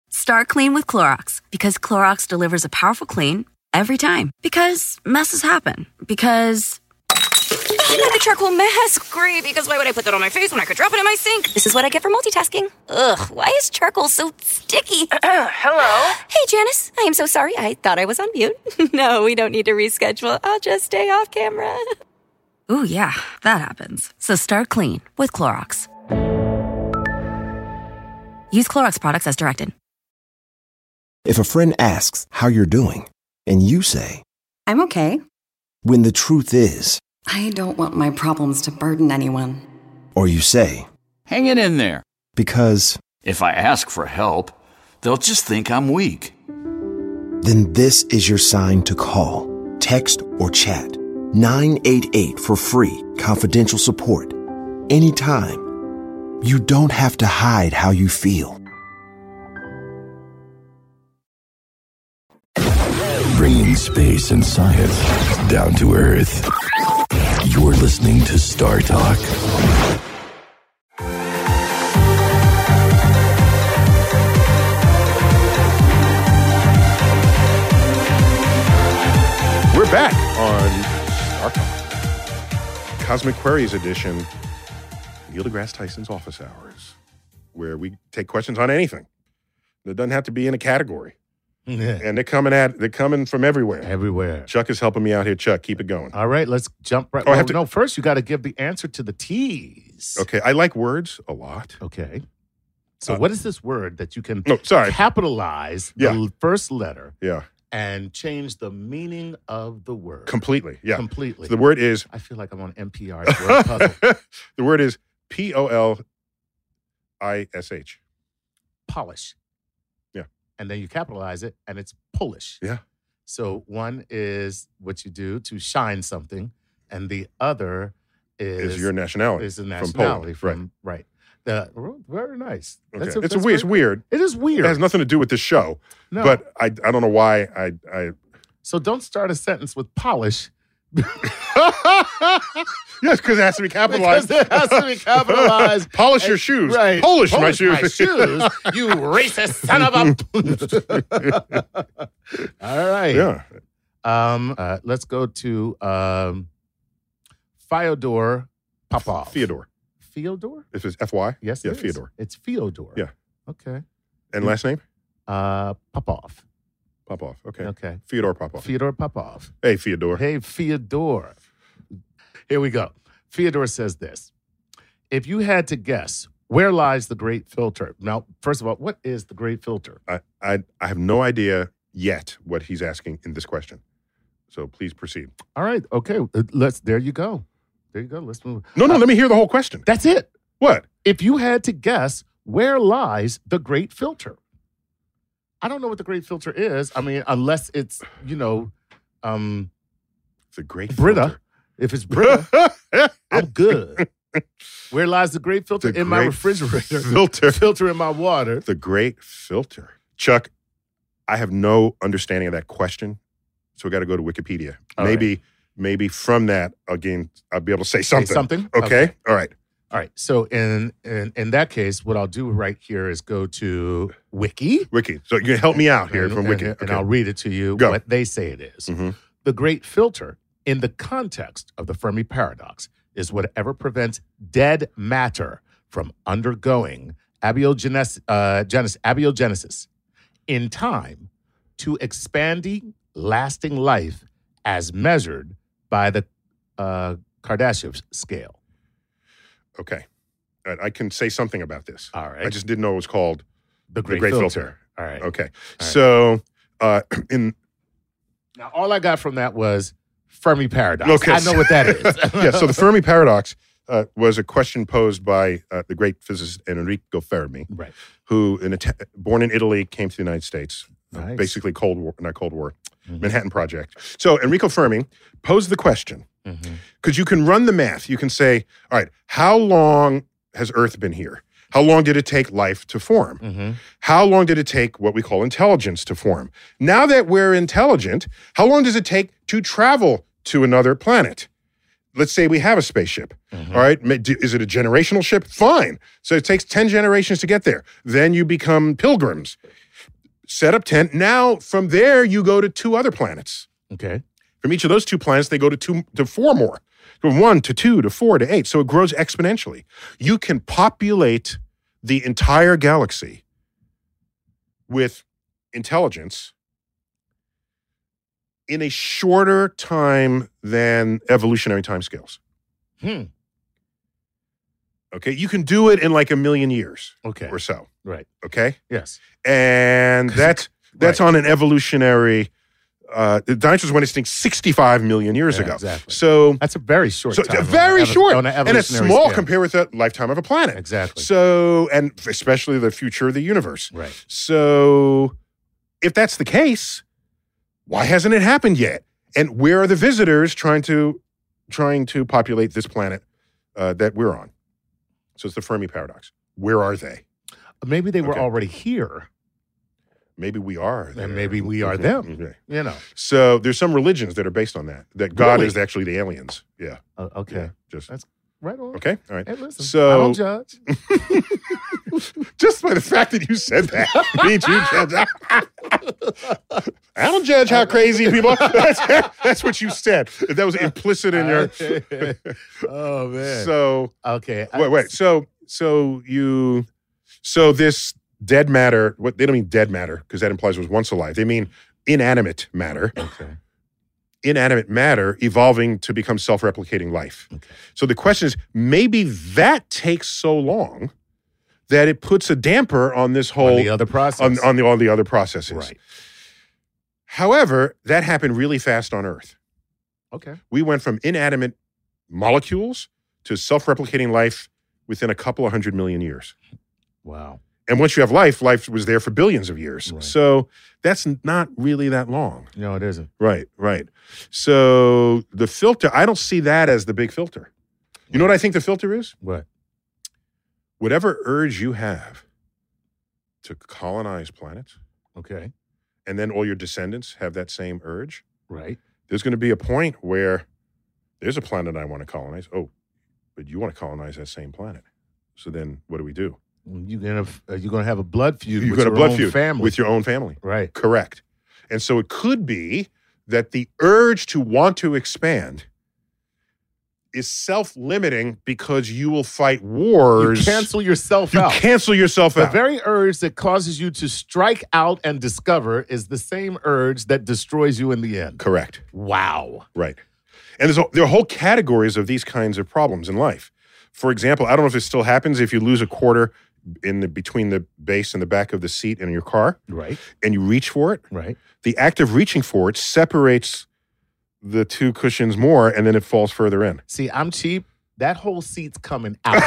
[SPEAKER 6] Start clean with Clorox because Clorox delivers a powerful clean every time. Because messes happen. Because.
[SPEAKER 7] I have a charcoal mask. Great, because why would I put that on my face when I could drop it in my sink? This is what I get for multitasking. Ugh, why is charcoal so sticky?
[SPEAKER 8] Hello?
[SPEAKER 7] Hey, Janice. I am so sorry. I thought I was on mute. no, we don't need to reschedule. I'll just stay off camera. Ooh, yeah, that happens. So start clean with Clorox. Use Clorox products as directed.
[SPEAKER 9] If a friend asks how you're doing, and you say,
[SPEAKER 10] I'm okay.
[SPEAKER 9] when the truth is,
[SPEAKER 10] I don't want my problems to burden anyone.
[SPEAKER 9] or you say,
[SPEAKER 11] Hang it in there.
[SPEAKER 9] because,
[SPEAKER 11] If I ask for help, they'll just think I'm weak.
[SPEAKER 9] then this is your sign to call, text, or chat. 988 for free, confidential support. Anytime. You don't have to hide how you feel.
[SPEAKER 3] Bringing space and science down to earth. You're listening to Star Talk.
[SPEAKER 1] We're back on Star Talk. Cosmic Queries Edition, Neil deGrasse Tyson's Office Hours, where we take questions on anything. It doesn't have to be in a category. And they're coming at they're coming from everywhere.
[SPEAKER 2] Everywhere.
[SPEAKER 1] Chuck is helping me out here. Chuck, keep it going.
[SPEAKER 2] All right, let's jump right.
[SPEAKER 1] Oh, I
[SPEAKER 2] well,
[SPEAKER 1] have to-
[SPEAKER 2] no, first you got to give the answer to the T's.
[SPEAKER 1] Okay, I like words a lot.
[SPEAKER 2] Okay. So,
[SPEAKER 1] Uh,
[SPEAKER 2] what is this word that you can
[SPEAKER 1] No, sorry.
[SPEAKER 2] capitalize the
[SPEAKER 1] Yeah.
[SPEAKER 2] l- first letter
[SPEAKER 1] Yeah,
[SPEAKER 2] and change the meaning of the word
[SPEAKER 1] completely. Yeah.
[SPEAKER 2] completely?
[SPEAKER 1] So the word is
[SPEAKER 2] I feel like I'm on NPR's word puzzle.
[SPEAKER 1] the word is P O L I S H.
[SPEAKER 2] Polish.
[SPEAKER 1] Yeah.
[SPEAKER 2] And then you capitalize it, and it's Polish.
[SPEAKER 1] Yeah.
[SPEAKER 2] So one is what you do to shine something, and the other is
[SPEAKER 1] Is your nationality.
[SPEAKER 2] is a
[SPEAKER 1] Poland,
[SPEAKER 2] nationality
[SPEAKER 1] right.
[SPEAKER 2] from right. The- oh, very nice.
[SPEAKER 1] Okay.
[SPEAKER 2] That's
[SPEAKER 1] it's a
[SPEAKER 2] that's
[SPEAKER 1] weird. It's
[SPEAKER 2] very-
[SPEAKER 1] weird.
[SPEAKER 2] It is weird.
[SPEAKER 1] It has nothing to do with the show.
[SPEAKER 2] No.
[SPEAKER 1] But I, I don't know why I, I
[SPEAKER 2] so don't start a sentence with Polish.
[SPEAKER 1] yes, because it has to be capitalized.
[SPEAKER 2] Because it has to be capitalized.
[SPEAKER 1] Polish your
[SPEAKER 2] And-
[SPEAKER 1] shoes.
[SPEAKER 2] Right.
[SPEAKER 1] Polish, my shoes.
[SPEAKER 2] shoes, you racist son of a. All right.
[SPEAKER 1] yeah.
[SPEAKER 2] Um, uh, let's go to um, Fyodor Popov.
[SPEAKER 1] Theodore.
[SPEAKER 2] Fyodor?
[SPEAKER 1] This is F Y.
[SPEAKER 2] Yes.
[SPEAKER 1] Yeah,
[SPEAKER 2] it is.
[SPEAKER 1] Fyodor.
[SPEAKER 2] It's Fyodor.
[SPEAKER 1] Yeah.
[SPEAKER 2] Okay.
[SPEAKER 1] And last name?
[SPEAKER 2] Uh, Popov.
[SPEAKER 1] Popoff. Okay.
[SPEAKER 2] Okay.
[SPEAKER 1] Fyodor Popoff.
[SPEAKER 2] Fyodor Popov.
[SPEAKER 1] hey, Fyodor.
[SPEAKER 2] Hey, Fyodor. Here we go. Fyodor says this. If you had to guess, where lies the great filter? Now, first of all, what is the great filter?
[SPEAKER 1] I, I, I have no idea yet what he's asking in this question. So please proceed.
[SPEAKER 2] All right. Okay. uh, Let's there you go. There you go. Let's move.
[SPEAKER 1] No, no, let me hear the whole question.
[SPEAKER 2] That's it.
[SPEAKER 1] What?
[SPEAKER 2] If you had to guess, where lies the great filter? I don't know what the great filter is. I mean, unless it's, you know, um,
[SPEAKER 1] The great
[SPEAKER 2] Brita. if it's Brita, I'm good. Where lies the great filter?
[SPEAKER 1] The
[SPEAKER 2] in my
[SPEAKER 1] great
[SPEAKER 2] refrigerator.
[SPEAKER 1] filter.
[SPEAKER 2] filter in my water.
[SPEAKER 1] the great filter. Chuck, I have no understanding of that question, so we got to go to Wikipedia.
[SPEAKER 2] All right.
[SPEAKER 1] maybe, maybe from that again, I'll be able to say
[SPEAKER 2] Say
[SPEAKER 1] something. Okay? all right.
[SPEAKER 2] All right. So in, in in that case, what I'll do right here is go to Wiki.
[SPEAKER 1] Wiki. So you can help me out here
[SPEAKER 2] and,
[SPEAKER 1] from
[SPEAKER 2] and-
[SPEAKER 1] Wiki.
[SPEAKER 2] uh, And,
[SPEAKER 1] Okay.
[SPEAKER 2] I'll read it to you
[SPEAKER 1] Go.
[SPEAKER 2] what they say it is.
[SPEAKER 1] Mhm.
[SPEAKER 2] The great filter in the context of the Fermi paradox is whatever prevents dead matter from undergoing abiogenes- uh, genes- abiogenesis in time to expanding lasting life as measured by the uh, Kardashev scale.
[SPEAKER 1] Okay. All right, I can say something about this.
[SPEAKER 2] All right.
[SPEAKER 1] I just didn't know it was called
[SPEAKER 2] the great,
[SPEAKER 1] Great
[SPEAKER 2] filter.
[SPEAKER 1] Filter.
[SPEAKER 2] All right.
[SPEAKER 1] Okay.
[SPEAKER 2] right.
[SPEAKER 1] So, uh, in
[SPEAKER 2] Now, all I got from that was Fermi paradox.
[SPEAKER 1] Okay.
[SPEAKER 2] I know what that is.
[SPEAKER 1] yeah, so the Fermi paradox uh, was a question posed by uh, the great physicist Enrico Fermi.
[SPEAKER 2] right.
[SPEAKER 1] who in Ita- born in Italy came to the United States. uh,
[SPEAKER 2] Nice.
[SPEAKER 1] Basically, Cold War, not Cold War,
[SPEAKER 2] Mhm.
[SPEAKER 1] Manhattan Project. So Enrico Fermi posed the question
[SPEAKER 2] Mhm.
[SPEAKER 1] because you can run the math. You can say, all right, how long has Earth been here? How long did it take life to form?
[SPEAKER 2] Mhm.
[SPEAKER 1] How long did it take what we call intelligence to form? Now that we're intelligent, how long does it take to travel to another planet? Let's say we have a spaceship. all right. ma- do- Is it a generational ship? Fine. So it takes 10 generations to get there. Then you become pilgrims. Set up tent. Now from there, you go to two other planets.
[SPEAKER 2] Okay.
[SPEAKER 1] From each of those two planets, they go to two to four more. from one to two to four to eight. So it grows exponentially. You can populate the entire galaxy with intelligence in a shorter time than evolutionary timescales.
[SPEAKER 2] Hmm.
[SPEAKER 1] Okay. You can do it in like a million years
[SPEAKER 2] Okay.
[SPEAKER 1] or so.
[SPEAKER 2] Right.
[SPEAKER 1] Okay.
[SPEAKER 2] Yes.
[SPEAKER 1] And
[SPEAKER 2] 'Cause
[SPEAKER 1] that's that's
[SPEAKER 2] right.
[SPEAKER 1] on an evolutionary uh the dinosaurs went extinct 65 million years
[SPEAKER 2] Yeah,
[SPEAKER 1] ago.
[SPEAKER 2] exactly.
[SPEAKER 1] So
[SPEAKER 2] That's a very short
[SPEAKER 1] so
[SPEAKER 2] time. on
[SPEAKER 1] very
[SPEAKER 2] an evo-
[SPEAKER 1] short
[SPEAKER 2] on an
[SPEAKER 1] and it's
[SPEAKER 2] evolutionary
[SPEAKER 1] small
[SPEAKER 2] scale.
[SPEAKER 1] compared with the lifetime of a planet.
[SPEAKER 2] Exactly.
[SPEAKER 1] So and especially the future of the universe.
[SPEAKER 2] right.
[SPEAKER 1] So, if that's the case, why hasn't it happened yet? And where are the visitors trying to trying to populate this planet uh, that we're on? So it's the Fermi paradox. Where are they?
[SPEAKER 2] Maybe they were
[SPEAKER 1] Okay.
[SPEAKER 2] already here.
[SPEAKER 1] Maybe we are, there.
[SPEAKER 2] And maybe we are
[SPEAKER 1] Mhm,
[SPEAKER 2] them.
[SPEAKER 1] mhm.
[SPEAKER 2] You know.
[SPEAKER 1] So there's some religions that are based on that. That God
[SPEAKER 2] Really?
[SPEAKER 1] is actually the aliens. Yeah.
[SPEAKER 2] Uh, okay.
[SPEAKER 1] Yeah, Just
[SPEAKER 2] That's- Right on.
[SPEAKER 1] okay. All right.
[SPEAKER 2] Hey, listen.
[SPEAKER 1] So-
[SPEAKER 2] I don't judge.
[SPEAKER 1] Just by the fact that you said that means you judge. I don't judge how crazy people are. That's, that's what you said. That was implicit in your.
[SPEAKER 2] oh man.
[SPEAKER 1] So
[SPEAKER 2] okay. I-
[SPEAKER 1] wait, wait. So so you so this dead matter. What they don't mean dead matter because that implies it was once alive. They mean inanimate matter.
[SPEAKER 2] Okay.
[SPEAKER 1] Inanimate matter evolving to become self-replicating life. So the question is, maybe that takes so long that it puts a damper on this whole
[SPEAKER 2] On the other process.
[SPEAKER 1] on, on the, all the other processes.
[SPEAKER 2] right.
[SPEAKER 1] However, that happened really fast on Earth.
[SPEAKER 2] Okay.
[SPEAKER 1] we went from inanimate molecules to self-replicating life within a couple of hundred million years.
[SPEAKER 2] Wow.
[SPEAKER 1] And once you have life, life was there for billions of years.
[SPEAKER 2] Right.
[SPEAKER 1] So that's not really that long.
[SPEAKER 2] No, it isn't.
[SPEAKER 1] Right, right. So the filter, I don't see that as the big filter. You know what I think the filter is?
[SPEAKER 2] What?
[SPEAKER 1] Whatever urge you have to colonize planets,
[SPEAKER 2] Okay.
[SPEAKER 1] and then all your descendants have that same urge,
[SPEAKER 2] Right.
[SPEAKER 1] there's going to be a point where there's a planet I want to colonize. Oh, but you want to colonize that same planet. So then what do we do?
[SPEAKER 2] You're gonna f- uh, you're gonna have a blood feud.
[SPEAKER 1] You're
[SPEAKER 2] with
[SPEAKER 1] gonna
[SPEAKER 2] your
[SPEAKER 1] blood
[SPEAKER 2] own
[SPEAKER 1] feud
[SPEAKER 2] family.
[SPEAKER 1] with your own family.
[SPEAKER 2] right.
[SPEAKER 1] Correct. And so it could be that the urge to want to expand is self-limiting because you will fight
[SPEAKER 2] You
[SPEAKER 1] wars.
[SPEAKER 2] cancel yourself
[SPEAKER 1] You
[SPEAKER 2] out.
[SPEAKER 1] cancel yourself
[SPEAKER 2] the
[SPEAKER 1] out.
[SPEAKER 2] very urge that causes you to strike out and discover is the same urge that destroys you in the end.
[SPEAKER 1] Correct.
[SPEAKER 2] Wow.
[SPEAKER 1] Right. And there's a, there are whole categories of these kinds of problems in life. For example, I don't know if this still happens if you lose a quarter in the between the base and the back of the seat in your car
[SPEAKER 2] Right.
[SPEAKER 1] and you reach for it,
[SPEAKER 2] Right.
[SPEAKER 1] the act of reaching for it separates the two cushions more and then it falls further in.
[SPEAKER 2] See, I'm cheap. That whole seat's coming out.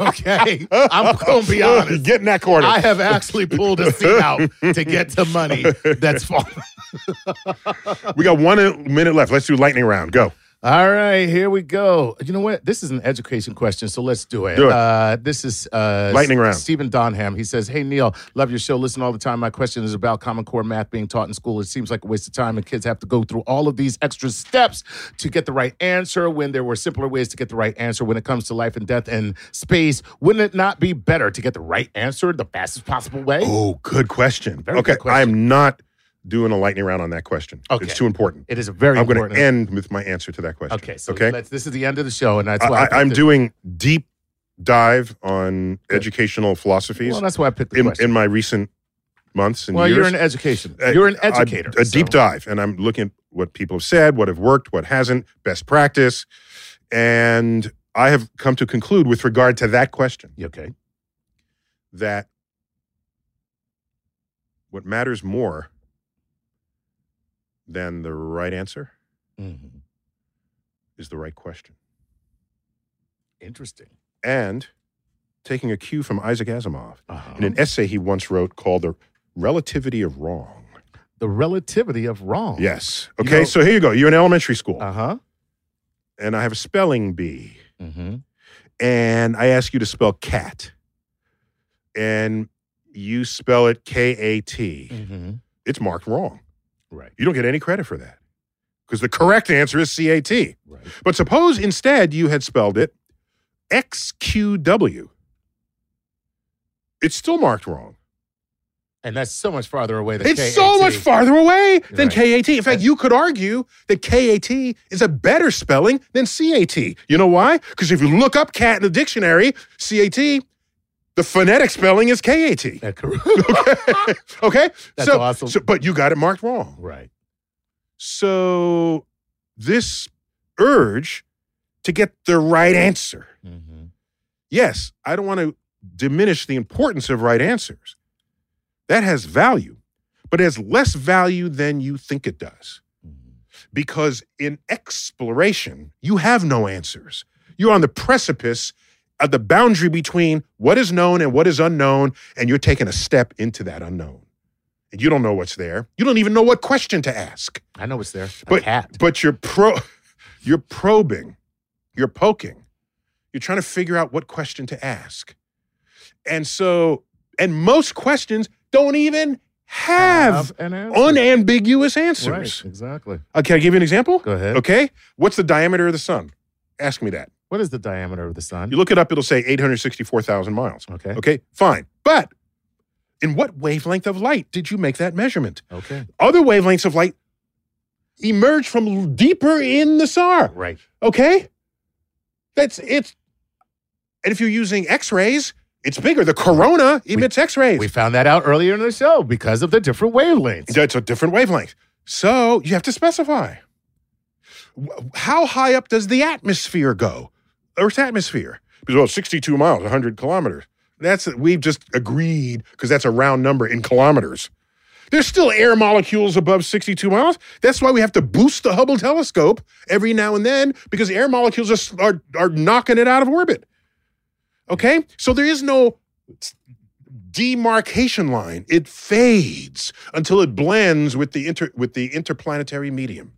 [SPEAKER 2] okay. I'm gonna be honest.
[SPEAKER 1] Getting that quarter.
[SPEAKER 2] I have actually pulled a seat out to get to money that's falling.
[SPEAKER 1] we got one minute left. Let's do lightning round. Go.
[SPEAKER 2] All right, here we go. You know what? This is an education question, so let's do it.
[SPEAKER 1] Do it.
[SPEAKER 2] Uh, this is uh,
[SPEAKER 1] Lightning round.
[SPEAKER 2] Stephen Donham. He says, "Hey Neil, love your show. Listen all the time. My question is about Common Core math being taught in school. It seems like a waste of time, and kids have to go through all of these extra steps to get the right answer when there were simpler ways to get the right answer. When it comes to life and death and space, wouldn't it not be better to get the right answer the fastest possible way?"
[SPEAKER 1] Oh, good question.
[SPEAKER 2] Very
[SPEAKER 1] okay,
[SPEAKER 2] good question.
[SPEAKER 1] I am not doing a lightning round on that question.
[SPEAKER 2] Okay.
[SPEAKER 1] It's too important.
[SPEAKER 2] It is a very
[SPEAKER 1] I'm going
[SPEAKER 2] important.
[SPEAKER 1] to end with my answer to that question.
[SPEAKER 2] Okay, so
[SPEAKER 1] okay.
[SPEAKER 2] let's, this is the end of the show, and that's why I,
[SPEAKER 1] I, I, am
[SPEAKER 2] picked it.
[SPEAKER 1] doing deep dive on educational philosophies
[SPEAKER 2] Well, that's why I picked the
[SPEAKER 1] in,
[SPEAKER 2] question.
[SPEAKER 1] in my recent months and
[SPEAKER 2] well,
[SPEAKER 1] years.
[SPEAKER 2] you're an education.
[SPEAKER 1] Uh,
[SPEAKER 2] You're an
[SPEAKER 1] I-
[SPEAKER 2] educator.
[SPEAKER 1] A, deep
[SPEAKER 2] so-
[SPEAKER 1] dive, and I'm looking at what people have said, what have worked, what hasn't, best practice, and I have come to conclude with regard to that question
[SPEAKER 2] You Okay.
[SPEAKER 1] that what matters more than the right answer
[SPEAKER 2] Mm-hmm.
[SPEAKER 1] is the right question.
[SPEAKER 2] Interesting.
[SPEAKER 1] And taking a cue from Isaac Asimov,
[SPEAKER 2] Uh-huh.
[SPEAKER 1] in an essay he once wrote called The Relativity of Wrong.
[SPEAKER 2] the relativity of wrong.
[SPEAKER 1] Yes.
[SPEAKER 2] Oh. You
[SPEAKER 1] Okay,
[SPEAKER 2] know-
[SPEAKER 1] so here you go. You're in elementary school,
[SPEAKER 2] Uh huh.
[SPEAKER 1] and I have a spelling bee,
[SPEAKER 2] Mm-hmm.
[SPEAKER 1] and I ask you to spell cat, and you spell it K A T.
[SPEAKER 2] Mm-hmm.
[SPEAKER 1] It's marked wrong.
[SPEAKER 2] Right.
[SPEAKER 1] You don't get any credit for that because the correct answer is C A T.
[SPEAKER 2] Right.
[SPEAKER 1] But suppose instead you had spelled it X Q W. It's still marked wrong.
[SPEAKER 2] And that's so much farther away than
[SPEAKER 1] It's so
[SPEAKER 2] KAT.
[SPEAKER 1] much farther away than
[SPEAKER 2] Right.
[SPEAKER 1] KAT. In fact, you could argue that KAT is a better spelling than CAT. You know why? Because if you look up cat in the dictionary, CAT, the phonetic spelling is KAT.
[SPEAKER 2] That correct.
[SPEAKER 1] Okay. okay?
[SPEAKER 2] That's
[SPEAKER 1] so,
[SPEAKER 2] awesome.
[SPEAKER 1] so- but you got it marked wrong.
[SPEAKER 2] right.
[SPEAKER 1] So this urge to get the right answer.
[SPEAKER 2] Mm-hmm.
[SPEAKER 1] Yes, I don't want to diminish the importance of right answers. That has value, but it has less value than you think it does. Because in exploration, you have no answers. You're on the precipice at the boundary between what is known and what is unknown, and you're taking a step into that unknown. And you don't know what's there. You don't even know what question to ask
[SPEAKER 2] I know it's there. A
[SPEAKER 1] But-
[SPEAKER 2] cat.
[SPEAKER 1] but you're pro you're probing you're poking you're trying to figure out what question to ask and so and most questions don't even have
[SPEAKER 2] an answer.
[SPEAKER 1] unambiguous
[SPEAKER 2] Right,
[SPEAKER 1] answers
[SPEAKER 2] exactly.
[SPEAKER 1] Uh, can i give you an example
[SPEAKER 2] Go ahead.
[SPEAKER 1] okay what's the diameter of the sun ask me that
[SPEAKER 2] What is the diameter of the sun?
[SPEAKER 1] you look it up it'll say 864000 miles
[SPEAKER 2] okay.
[SPEAKER 1] okay fine but in what wavelength of light did you make that measurement
[SPEAKER 2] Okay.
[SPEAKER 1] other wavelengths of light emerge from deeper in the star
[SPEAKER 2] Right.
[SPEAKER 1] Okay? That's it's and if you're using x-rays, it's bigger. The corona emits x-rays.
[SPEAKER 2] We found that out earlier in the show because of the different wavelengths.
[SPEAKER 1] That's a different wavelength. So you have to specify. Wh- How high up does the atmosphere go? Earth's atmosphere. Because well, 62 miles, 100 kilometers. That's we've just agreed because that's a round number in kilometers. There's still air molecules above 62 miles. That's why we have to boost the Hubble telescope every now and then because air molecules are s- are, are knocking it out of orbit. Okay? So there is no s- demarcation line. It fades until it blends with the inter, with the interplanetary medium.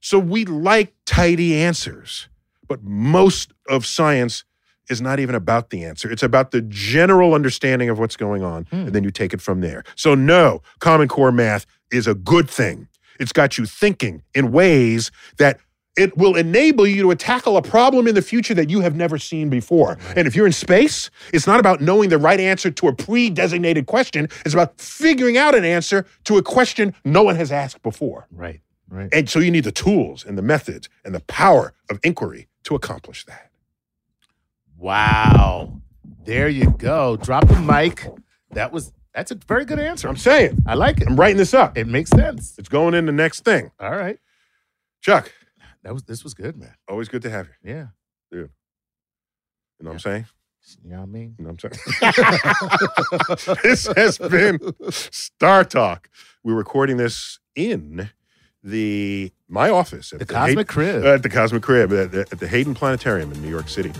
[SPEAKER 1] So we like tidy answers, but most of science is not even about the answer. It's about the general understanding of what's going on,
[SPEAKER 2] Hmm.
[SPEAKER 1] and then you take it from there. So, no, Common Core math is a good thing. It's got you thinking in ways that it will enable you to tackle a problem in the future that you have never seen before. And if you're in space, it's not about knowing the right answer to a pre designated question, it's about figuring out an answer to a question no one has asked before.
[SPEAKER 2] Right. Right.
[SPEAKER 1] And so you need the tools and the methods and the power of inquiry to accomplish that.
[SPEAKER 2] Wow. There you go. Drop the mic. That was that's a very good answer.
[SPEAKER 1] I'm saying,
[SPEAKER 2] I like it.
[SPEAKER 1] I'm writing this up.
[SPEAKER 2] It makes sense.
[SPEAKER 1] It's going in the next thing.
[SPEAKER 2] All right.
[SPEAKER 1] Chuck,
[SPEAKER 2] That was this was good, man.
[SPEAKER 1] always good to have you.
[SPEAKER 2] Yeah.
[SPEAKER 1] You know what I'm saying?
[SPEAKER 2] You know what I mean?
[SPEAKER 1] You know what I'm saying? this has been Star Talk. We're recording this in the my office at
[SPEAKER 2] The Cosmic Crib.
[SPEAKER 1] uh, at the Cosmic Crib at the, at the Hayden Planetarium in New York City,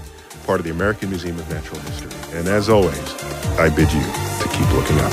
[SPEAKER 1] part of the American Museum of Natural History. And as always, I bid you to keep looking up.